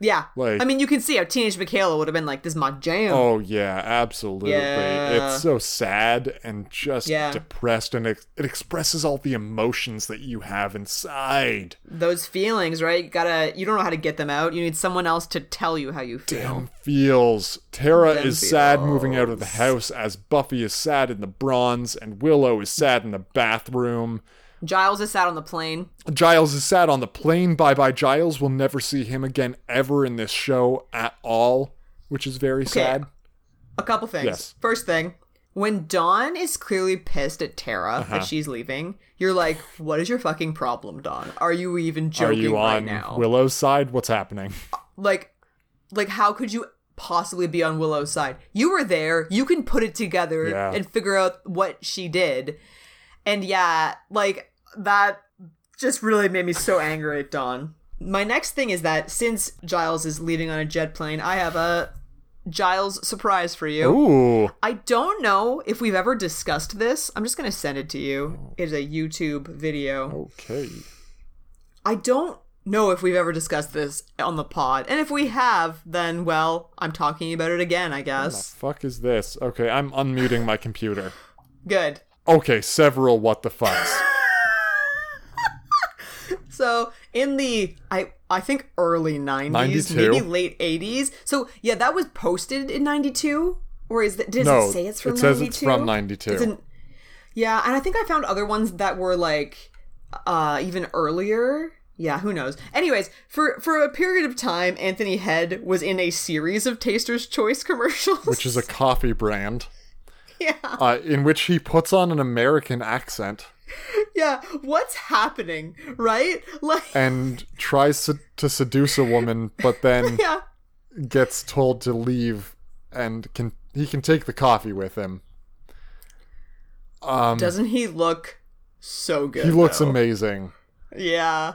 [SPEAKER 1] yeah.
[SPEAKER 2] like-
[SPEAKER 1] I mean, you can see how teenage Michaela would have been like, this is my jam.
[SPEAKER 2] Oh yeah, absolutely.
[SPEAKER 1] Yeah.
[SPEAKER 2] It's so sad and just
[SPEAKER 1] Yeah.
[SPEAKER 2] depressed, and it, it expresses all the emotions that you have inside.
[SPEAKER 1] Those feelings, right? You gotta, you don't know how to get them out. You need someone else to tell you how you feel.
[SPEAKER 2] feels. Tara
[SPEAKER 1] Them
[SPEAKER 2] is sad moving out of the house as Buffy is sad in the bronze and Willow is sad in the bathroom.
[SPEAKER 1] Giles is sat on the plane.
[SPEAKER 2] Giles is sad on the plane. Bye bye Giles. We'll never see him again ever in this show at all, which is very sad.
[SPEAKER 1] A couple things.
[SPEAKER 2] Yes.
[SPEAKER 1] First thing, when Dawn is clearly pissed at Tara
[SPEAKER 2] Uh-huh.
[SPEAKER 1] that she's leaving, you're like, what is your fucking problem, Dawn? Are you even
[SPEAKER 2] Are
[SPEAKER 1] joking
[SPEAKER 2] you
[SPEAKER 1] right
[SPEAKER 2] on
[SPEAKER 1] now?
[SPEAKER 2] Willow's side? What's happening?
[SPEAKER 1] like like how could you possibly be on Willow's side? You were there. You can put it together
[SPEAKER 2] Yeah.
[SPEAKER 1] and figure out what she did. And yeah, like that just really made me so angry at Dawn. My next thing is that since Giles is leaving on a jet plane, I have a Giles surprise for you.
[SPEAKER 2] Ooh.
[SPEAKER 1] I don't know if we've ever discussed this. I'm just going to send it to you. It's a YouTube video.
[SPEAKER 2] Okay.
[SPEAKER 1] I don't know if we've ever discussed this on the pod. And if we have, then, well, I'm talking about it again, I guess.
[SPEAKER 2] Fuck is this? Okay, I'm unmuting my computer.
[SPEAKER 1] Good.
[SPEAKER 2] Okay, several what the fucks.
[SPEAKER 1] So in the I I think early nineties,
[SPEAKER 2] 92.
[SPEAKER 1] maybe late eighties. So yeah, that was posted in ninety two. Or is that does
[SPEAKER 2] No,
[SPEAKER 1] it say it's from
[SPEAKER 2] it
[SPEAKER 1] 92?
[SPEAKER 2] says it's from 92.
[SPEAKER 1] It's an- yeah, and I think I found other ones that were like uh even earlier. Yeah, who knows. Anyways, for for a period of time, Anthony Head was in a series of Taster's Choice commercials.
[SPEAKER 2] which is a coffee brand.
[SPEAKER 1] Yeah.
[SPEAKER 2] Uh, in which he puts on an American accent
[SPEAKER 1] yeah, what's happening, right? Like
[SPEAKER 2] and tries to, to seduce a woman, but then
[SPEAKER 1] yeah.
[SPEAKER 2] gets told to leave and can he can take the coffee with him.
[SPEAKER 1] Doesn't he look so good?
[SPEAKER 2] um, He looks
[SPEAKER 1] though?
[SPEAKER 2] amazing.
[SPEAKER 1] Yeah.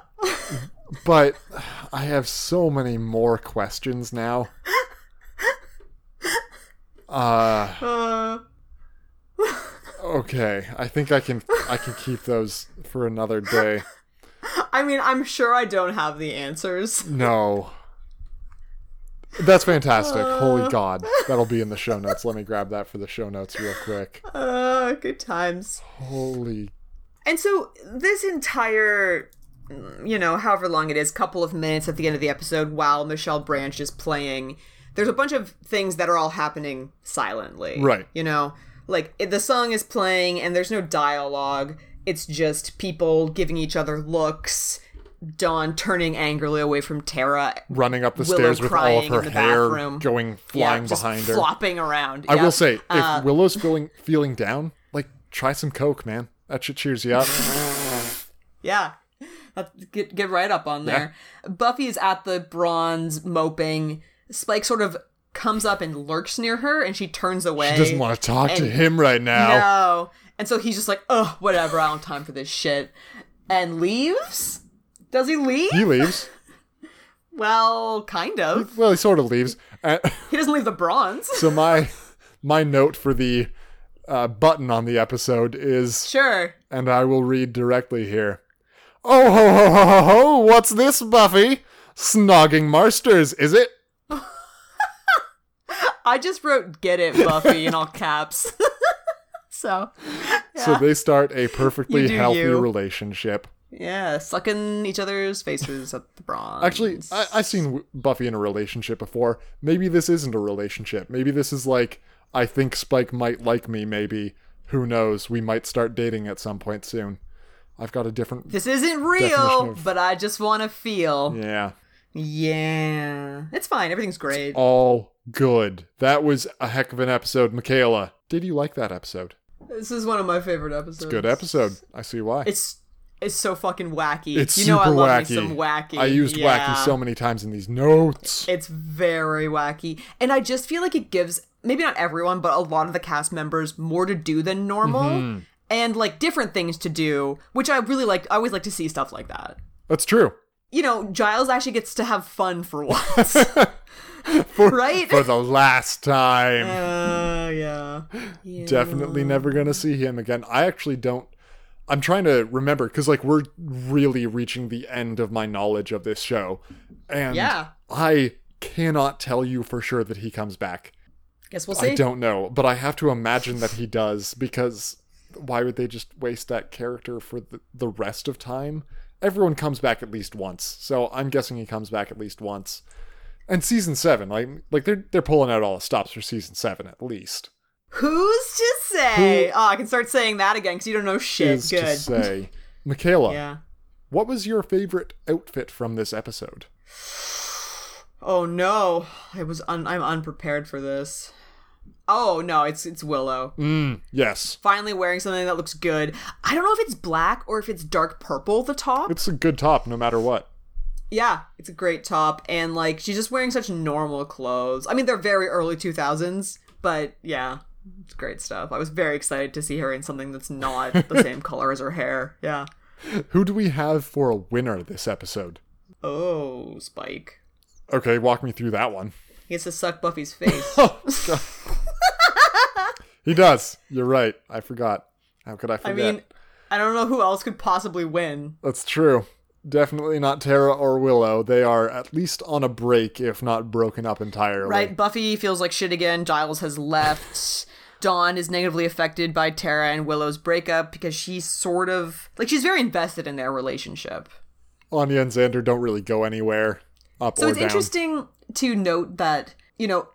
[SPEAKER 2] But I have so many more questions now. Uh, okay, I think I can I can keep those for another day.
[SPEAKER 1] I mean, I'm sure I don't have the answers.
[SPEAKER 2] No. That's fantastic.
[SPEAKER 1] Uh.
[SPEAKER 2] Holy God. That'll be in the show notes. Let me grab that for the show notes real quick.
[SPEAKER 1] Uh, good times.
[SPEAKER 2] Holy.
[SPEAKER 1] And so this entire, mm, you know, however long it is, couple of minutes at the end of the episode, while Michelle Branch is playing, there's a bunch of things that are all happening silently.
[SPEAKER 2] Right.
[SPEAKER 1] You know, like it, the song is playing and there's no dialogue. It's just people giving each other looks. Dawn turning angrily away from Tara.
[SPEAKER 2] Running up the
[SPEAKER 1] Willow
[SPEAKER 2] stairs with all of
[SPEAKER 1] crying
[SPEAKER 2] her
[SPEAKER 1] in the
[SPEAKER 2] hair
[SPEAKER 1] bathroom.
[SPEAKER 2] going
[SPEAKER 1] Yeah,
[SPEAKER 2] flying
[SPEAKER 1] just
[SPEAKER 2] behind her.
[SPEAKER 1] flopping around.
[SPEAKER 2] I
[SPEAKER 1] yeah. Uh,
[SPEAKER 2] will say, if Willow's feeling feeling down, like try some Coke, man. That shit cheers you up.
[SPEAKER 1] Yeah. That's- Get, get right up on there. Buffy's at the bronze moping. Spike sort of comes up and lurks near her and she turns away.
[SPEAKER 2] She doesn't want to talk to
[SPEAKER 1] And-
[SPEAKER 2] him right now.
[SPEAKER 1] No. And so he's just like, ugh, whatever, I don't have time for this shit. And leaves? Does he leave?
[SPEAKER 2] He leaves.
[SPEAKER 1] Well, kind of.
[SPEAKER 2] Well, he sort of leaves. And
[SPEAKER 1] He doesn't leave the bronze.
[SPEAKER 2] so my my note for the uh, button on the episode is
[SPEAKER 1] Sure.
[SPEAKER 2] and I will read directly here. Oh ho ho ho ho ho! What's this, Buffy? Snogging marsters, is it?
[SPEAKER 1] I just wrote get it, Buffy, in all caps. so
[SPEAKER 2] So they start a
[SPEAKER 1] You
[SPEAKER 2] perfectly
[SPEAKER 1] do
[SPEAKER 2] healthy
[SPEAKER 1] you.
[SPEAKER 2] relationship.
[SPEAKER 1] yeah, sucking each other's faces at the bronze.
[SPEAKER 2] Actually, I, I've seen w- Buffy in a relationship before. Maybe this isn't a relationship. Maybe this is like I think Spike might like me. Maybe who knows? We might start dating at some point soon. I've got a different.
[SPEAKER 1] This isn't
[SPEAKER 2] Definition
[SPEAKER 1] real,
[SPEAKER 2] of-
[SPEAKER 1] but I just want to feel.
[SPEAKER 2] yeah,
[SPEAKER 1] Yeah. It's fine. Everything's great.
[SPEAKER 2] all good. That was a heck of an episode, Michaela. Did you like that episode?
[SPEAKER 1] This is one of my favorite episodes.
[SPEAKER 2] Good episode. I see why.
[SPEAKER 1] It's it's so fucking wacky.
[SPEAKER 2] It's
[SPEAKER 1] you
[SPEAKER 2] super
[SPEAKER 1] know I love
[SPEAKER 2] wacky.
[SPEAKER 1] me some wacky.
[SPEAKER 2] I used
[SPEAKER 1] Yeah.
[SPEAKER 2] wacky so many times in these notes.
[SPEAKER 1] It's very wacky. And I just feel like it gives maybe not everyone, but a lot of the cast members more to do than normal.
[SPEAKER 2] Mm-hmm.
[SPEAKER 1] And like different things to do, which I really like. I always like to see stuff like that.
[SPEAKER 2] That's true.
[SPEAKER 1] You know, Giles actually gets to have fun for once. right?
[SPEAKER 2] For the last time.
[SPEAKER 1] Uh, yeah.
[SPEAKER 2] Definitely never going to see him again. I actually don't. I'm trying to remember because, like, we're really reaching the end of my knowledge of this show. And
[SPEAKER 1] Yeah.
[SPEAKER 2] I cannot tell you for sure that he comes back.
[SPEAKER 1] Guess we'll see.
[SPEAKER 2] I don't know, but I have to imagine that he does because why would they just waste that character for the, the rest of time? Everyone comes back at least once, so I'm guessing he comes back at least once. And season seven, like like they're they're pulling out all the stops for season seven at least.
[SPEAKER 1] Who's to say? oh, I can start saying that again because you don't know shit.
[SPEAKER 2] Is to
[SPEAKER 1] Good.
[SPEAKER 2] say, Michaela,
[SPEAKER 1] Yeah.
[SPEAKER 2] what was your favorite outfit from this episode?
[SPEAKER 1] Oh no, I was un- I'm unprepared for this. Oh no, it's it's Willow.
[SPEAKER 2] Mm. Yes,
[SPEAKER 1] Finally wearing something that looks good. I don't know if it's black or if it's dark purple. The top.
[SPEAKER 2] it's a good top no matter what.
[SPEAKER 1] yeah, it's a great top, and like she's just wearing such normal clothes. I mean, they're very early two thousands, but yeah, it's great stuff. I was very excited to see her in something that's not the same color as her hair. Yeah.
[SPEAKER 2] Who do we have for a winner this episode?
[SPEAKER 1] Oh, Spike.
[SPEAKER 2] Okay, walk me through that one.
[SPEAKER 1] He gets to suck Buffy's face.
[SPEAKER 2] He does. You're right. I forgot. How could I
[SPEAKER 1] I
[SPEAKER 2] forget?
[SPEAKER 1] mean, I don't know who else could possibly win.
[SPEAKER 2] That's true. Definitely not Tara or Willow. They are at least on a break, if not broken up entirely.
[SPEAKER 1] Right? Buffy feels like shit again. Giles has left. Dawn is negatively affected by Tara and Willow's breakup because she's sort of like she's very invested in their relationship.
[SPEAKER 2] Anya and Xander don't really go anywhere. Up
[SPEAKER 1] So
[SPEAKER 2] or
[SPEAKER 1] it's
[SPEAKER 2] down.
[SPEAKER 1] interesting to note that, you know,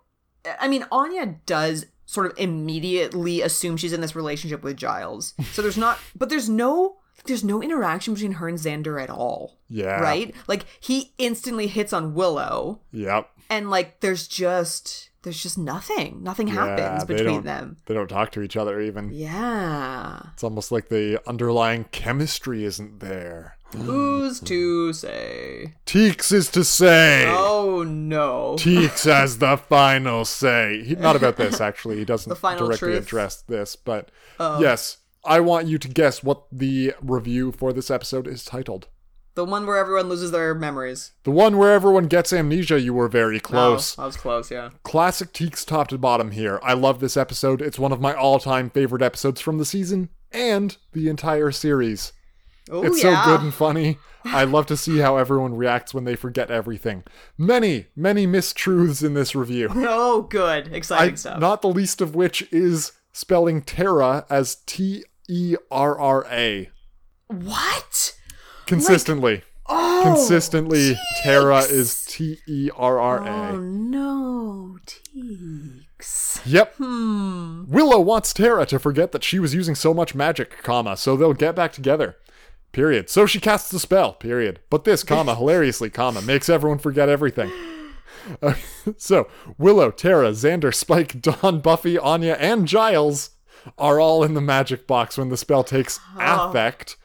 [SPEAKER 1] I mean, Anya does sort of immediately assume she's in this relationship with Giles. So there's not, but there's no, there's no interaction between her and Xander at all.
[SPEAKER 2] Yeah.
[SPEAKER 1] Right? Like he instantly hits on Willow
[SPEAKER 2] Yep.
[SPEAKER 1] and like there's just, there's just nothing. Nothing
[SPEAKER 2] Yeah,
[SPEAKER 1] happens
[SPEAKER 2] they
[SPEAKER 1] between
[SPEAKER 2] don't-
[SPEAKER 1] them.
[SPEAKER 2] They don't talk to each other even.
[SPEAKER 1] Yeah.
[SPEAKER 2] It's almost like the underlying chemistry isn't there.
[SPEAKER 1] Who's to say?
[SPEAKER 2] Teeks is to say.
[SPEAKER 1] Oh no.
[SPEAKER 2] Teeks has the final say. He, not about this, actually. He doesn't
[SPEAKER 1] final
[SPEAKER 2] directly
[SPEAKER 1] truth. Um,
[SPEAKER 2] address this, but yes, I want you to guess what the review for this episode is titled.
[SPEAKER 1] The one where everyone loses their memories.
[SPEAKER 2] The one where everyone gets amnesia, you were very close.
[SPEAKER 1] Oh, I was close, yeah.
[SPEAKER 2] Classic Teeks top to bottom here. I love this episode. It's one of my all time favorite episodes from the season and the entire series.
[SPEAKER 1] Oh,
[SPEAKER 2] It's
[SPEAKER 1] yeah.
[SPEAKER 2] so good and funny. I love to see how everyone reacts when they forget everything. Many, many mistruths in this review.
[SPEAKER 1] Oh, good. Exciting
[SPEAKER 2] I,
[SPEAKER 1] stuff.
[SPEAKER 2] not the least of which is spelling Terra as T E R R A.
[SPEAKER 1] what?
[SPEAKER 2] Consistently.
[SPEAKER 1] Oh.
[SPEAKER 2] Consistently, Terra
[SPEAKER 1] Teeks.
[SPEAKER 2] is T E R R A.
[SPEAKER 1] Oh, no. Teeks.
[SPEAKER 2] Yep. Willow wants Tara to forget that she was using so much magic, comma, so they'll get back together. Period. So she casts the spell, period. But this, comma, hilariously, comma, makes everyone forget everything. Uh, so, Willow, Tara, Xander, Spike, Dawn, Buffy, Anya, and Giles are all in the magic box when the spell takes affect.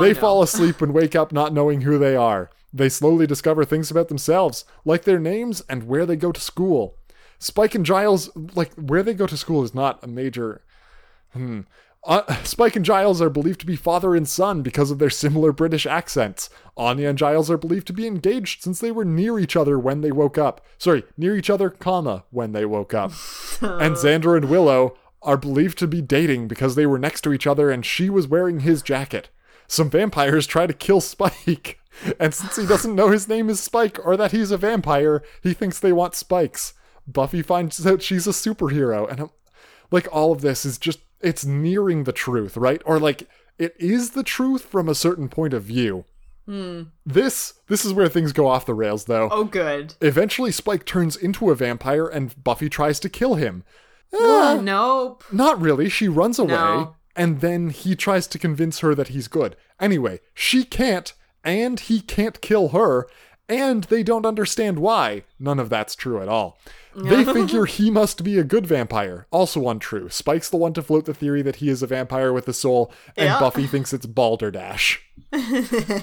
[SPEAKER 2] they fall asleep and wake up not knowing who they are. They slowly discover things about themselves, like their names and where they go to school. Spike and Giles, like where they go to school, is not a major. Hmm. Uh, Spike and Giles are believed to be father and son because of their similar British accents. Anya and Giles are believed to be engaged since they were near each other when they woke up. Sorry, near each other, comma, when they woke up. and Xander and Willow are believed to be dating because they were next to each other and she was wearing his jacket. Some vampires try to kill Spike. And since he doesn't know his name is Spike or that he's a vampire, he thinks they want spikes. Buffy finds out she's a superhero. And I'm, like, all of this is just, it's nearing the truth, right? Or like, it is the truth from a certain point of view. This, this is where things go off the rails, though.
[SPEAKER 1] Oh, good.
[SPEAKER 2] Eventually, Spike turns into a vampire and Buffy tries to kill him.
[SPEAKER 1] Nope.
[SPEAKER 2] Not really. She runs away,
[SPEAKER 1] No.
[SPEAKER 2] and then he tries to convince her that he's good. Anyway, she can't, and he can't kill her, and they don't understand why. None of that's true at all. They figure he must be a good vampire. Also untrue. Spike's the one to float the theory that he is a vampire with a soul, and
[SPEAKER 1] Yeah.
[SPEAKER 2] Buffy thinks it's balderdash.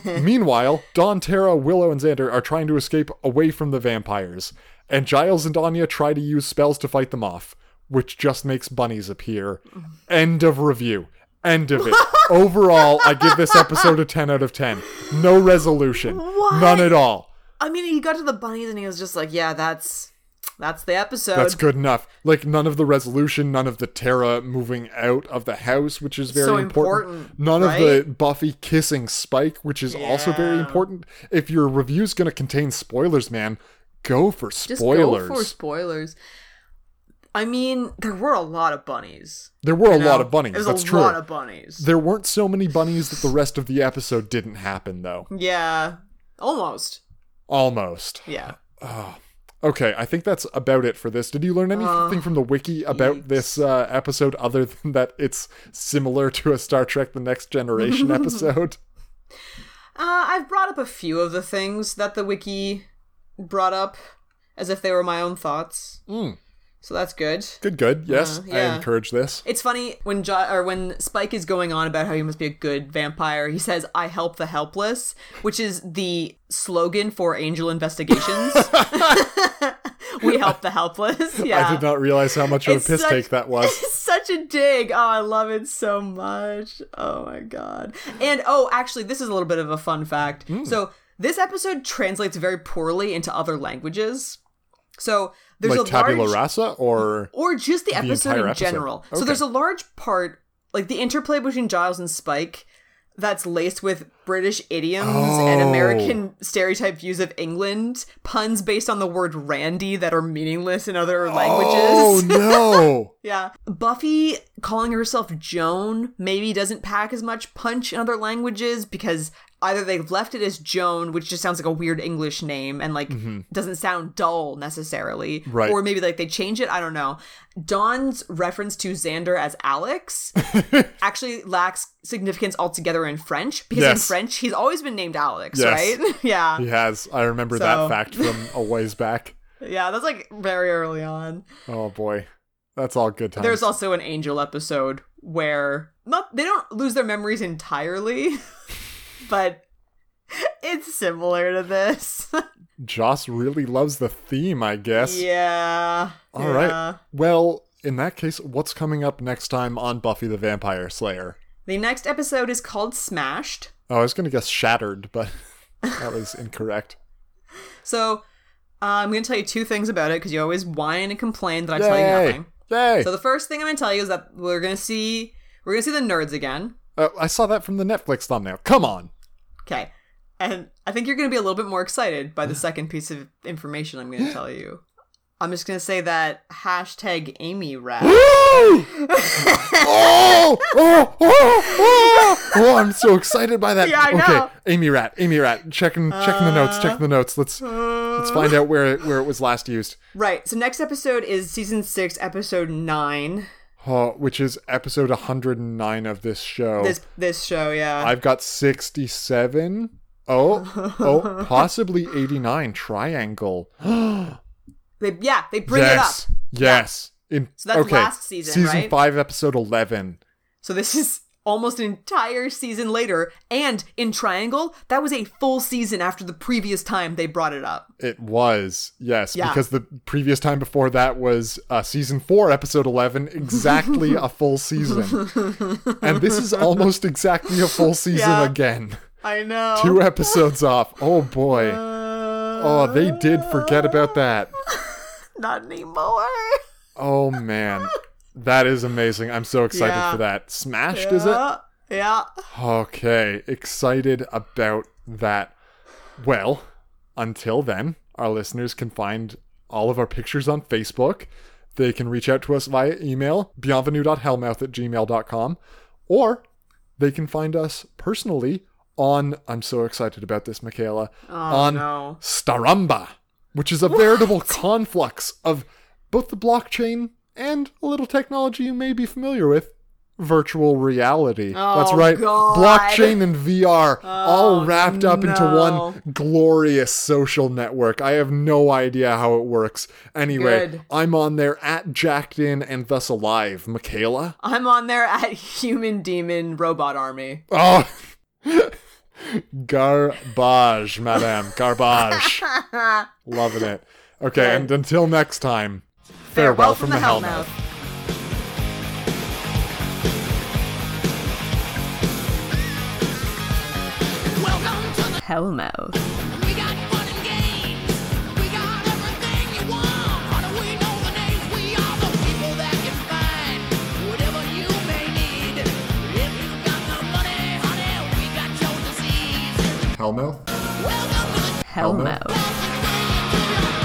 [SPEAKER 2] Meanwhile, Dawn, Tara, Willow, and Xander are trying to escape away from the vampires, and Giles and Anya try to use spells to fight them off, which just makes bunnies appear. End of review. End of it. Overall, I give this episode a 10 out of 10. No resolution. None at all.
[SPEAKER 1] I mean, he got to the bunnies and he was just like, yeah, that's that's the episode.
[SPEAKER 2] That's good enough. Like none of the resolution, none of the Tara moving out of the house, which is very
[SPEAKER 1] So important,
[SPEAKER 2] None
[SPEAKER 1] right?
[SPEAKER 2] of the Buffy kissing Spike, which is also very important. If your review's going to contain spoilers, man, go for
[SPEAKER 1] Just
[SPEAKER 2] spoilers.
[SPEAKER 1] go for spoilers. I mean, there were a lot of bunnies.
[SPEAKER 2] there were a
[SPEAKER 1] you
[SPEAKER 2] lot
[SPEAKER 1] know?
[SPEAKER 2] of bunnies.
[SPEAKER 1] There was
[SPEAKER 2] That's
[SPEAKER 1] a
[SPEAKER 2] true.
[SPEAKER 1] lot of bunnies.
[SPEAKER 2] there weren't so many bunnies that the rest of the episode didn't happen, though.
[SPEAKER 1] Mm. yeah. Almost.
[SPEAKER 2] Almost.
[SPEAKER 1] Yeah.
[SPEAKER 2] Okay, I think that's about it for this. Did you learn anything from the wiki about this uh, episode other than that it's similar to a Star Trek The Next Generation episode?
[SPEAKER 1] Uh, I've brought up a few of the things that the wiki brought up as if they were my own thoughts.
[SPEAKER 2] Hmm.
[SPEAKER 1] So that's good.
[SPEAKER 2] Good, good. Yes, I
[SPEAKER 1] Uh, yeah.
[SPEAKER 2] encourage this.
[SPEAKER 1] It's funny when jo- or when Spike is going on about how he must be a good vampire. He says, "I help the helpless," which is the slogan for Angel Investigations. we help the helpless. Yeah,
[SPEAKER 2] I did not realize how much of a
[SPEAKER 1] It's
[SPEAKER 2] piss
[SPEAKER 1] such-
[SPEAKER 2] take that was.
[SPEAKER 1] It's such a dig. Oh, I love it so much. Oh my god. And oh, actually, this is a little bit of a
[SPEAKER 2] Hmm.
[SPEAKER 1] fun fact. So this episode translates very poorly into other languages. So there's
[SPEAKER 2] like
[SPEAKER 1] a
[SPEAKER 2] tabula
[SPEAKER 1] large
[SPEAKER 2] rasa or
[SPEAKER 1] or just the episode
[SPEAKER 2] entire
[SPEAKER 1] in
[SPEAKER 2] episode.
[SPEAKER 1] general. So
[SPEAKER 2] Okay.
[SPEAKER 1] there's a large part, like the interplay between Giles and Spike, that's laced with British idioms and
[SPEAKER 2] Oh.
[SPEAKER 1] American stereotype views of England, puns based on the word randy that are meaningless in other
[SPEAKER 2] Oh
[SPEAKER 1] languages.
[SPEAKER 2] no.
[SPEAKER 1] Yeah. Buffy calling herself Joan maybe doesn't pack as much punch in other languages because either they've left it as Joan, which just sounds like a weird English name and like doesn't sound dull necessarily.
[SPEAKER 2] Mm-hmm. Right.
[SPEAKER 1] Or maybe like they change it. I don't know. Dawn's reference to Xander as Alex actually lacks significance altogether in French because in
[SPEAKER 2] Yes.
[SPEAKER 1] French he's always been named Alex,
[SPEAKER 2] Yes.
[SPEAKER 1] right? yeah.
[SPEAKER 2] He has. I remember
[SPEAKER 1] So-
[SPEAKER 2] that fact from a ways back.
[SPEAKER 1] Yeah. That's like very early on.
[SPEAKER 2] Oh boy. That's all good times.
[SPEAKER 1] There's also an angel episode where not they don't lose their memories entirely, but it's similar to this.
[SPEAKER 2] Joss really loves the theme, I guess.
[SPEAKER 1] yeah.
[SPEAKER 2] All right. Well, in that case, what's coming up next time on Buffy the Vampire Slayer?
[SPEAKER 1] The next episode is called Smashed.
[SPEAKER 2] Oh, I was going to guess shattered, but that was incorrect.
[SPEAKER 1] So uh, I'm going to tell you two things about it because you always whine and complain that I tell you nothing.
[SPEAKER 2] Yay!
[SPEAKER 1] So the first thing I'm going to tell you is that we're going to see we're going to see the nerds again.
[SPEAKER 2] Uh, I saw that from the Netflix thumbnail. Come on.
[SPEAKER 1] Okay. And I think you're going to be a little bit more excited by the second piece of information I'm going to tell you. I'm just going to say that hashtag Amy rap.
[SPEAKER 2] oh, oh, oh, oh, oh, I'm so excited by that.
[SPEAKER 1] Yeah, I know. Uh,
[SPEAKER 2] Okay, Amy Rat, Amy Rat, checking checking the notes, checking the notes. Let's let's find out where it, where it was last used.
[SPEAKER 1] Right. So next episode is season six, episode nine.
[SPEAKER 2] Oh, which is episode 109 of this show.
[SPEAKER 1] This this show, yeah.
[SPEAKER 2] I've got 67. Oh, oh, possibly 89. Triangle.
[SPEAKER 1] they, yeah, they bring
[SPEAKER 2] yes,
[SPEAKER 1] it up.
[SPEAKER 2] yes. In,
[SPEAKER 1] So that's
[SPEAKER 2] okay.
[SPEAKER 1] last season,
[SPEAKER 2] season
[SPEAKER 1] right?
[SPEAKER 2] five, episode 11.
[SPEAKER 1] So this is almost an entire season later, and in Triangle, that was a full season after the previous time they brought it up.
[SPEAKER 2] It was, yes,
[SPEAKER 1] Yeah.
[SPEAKER 2] because the previous time before that was uh, season four, episode 11, exactly a full season. And this is almost exactly a full season
[SPEAKER 1] Yeah. Oh.
[SPEAKER 2] again.
[SPEAKER 1] I know. Uh,
[SPEAKER 2] Two episodes off. Oh boy. Oh, they did forget about that.
[SPEAKER 1] Not anymore.
[SPEAKER 2] Oh man. That is amazing. I'm so excited
[SPEAKER 1] Yeah.
[SPEAKER 2] for that. Smashed, is it?
[SPEAKER 1] Uh, yeah.
[SPEAKER 2] Okay, excited about that. Well, until then, our listeners can find all of our pictures on Facebook. They can reach out to us via email, bienvenue.hellmouth at gmail.com, or they can find us personally on, I'm so excited about this, Michaela, on
[SPEAKER 1] Oh, no.
[SPEAKER 2] Staramba, which is a veritable conflux of both the blockchain and a little technology you may be familiar with, virtual reality. That's
[SPEAKER 1] Oh,
[SPEAKER 2] right.
[SPEAKER 1] God. Oh,
[SPEAKER 2] Blockchain and VR all wrapped up into
[SPEAKER 1] no.
[SPEAKER 2] one glorious social network. I have no idea how it works. Anyway,
[SPEAKER 1] Good.
[SPEAKER 2] I'm on there at Jacked In and thus alive. Michaela?
[SPEAKER 1] I'm on there at Human Demon Robot Army.
[SPEAKER 2] Oh. Garbage, madame. Garbage. Loving it. Okay, and until next time, farewell, from, the, Hellmouth.
[SPEAKER 3] Welcome to the.
[SPEAKER 1] Hellmouth.
[SPEAKER 3] We got fun and games. We got everything you want. How do we know the names? We are the people that can find whatever you may need. If you got the money, honey, we got your disease.
[SPEAKER 2] Hellmouth?
[SPEAKER 3] Welcome to the.
[SPEAKER 2] Hellmouth.
[SPEAKER 3] Welcome to the.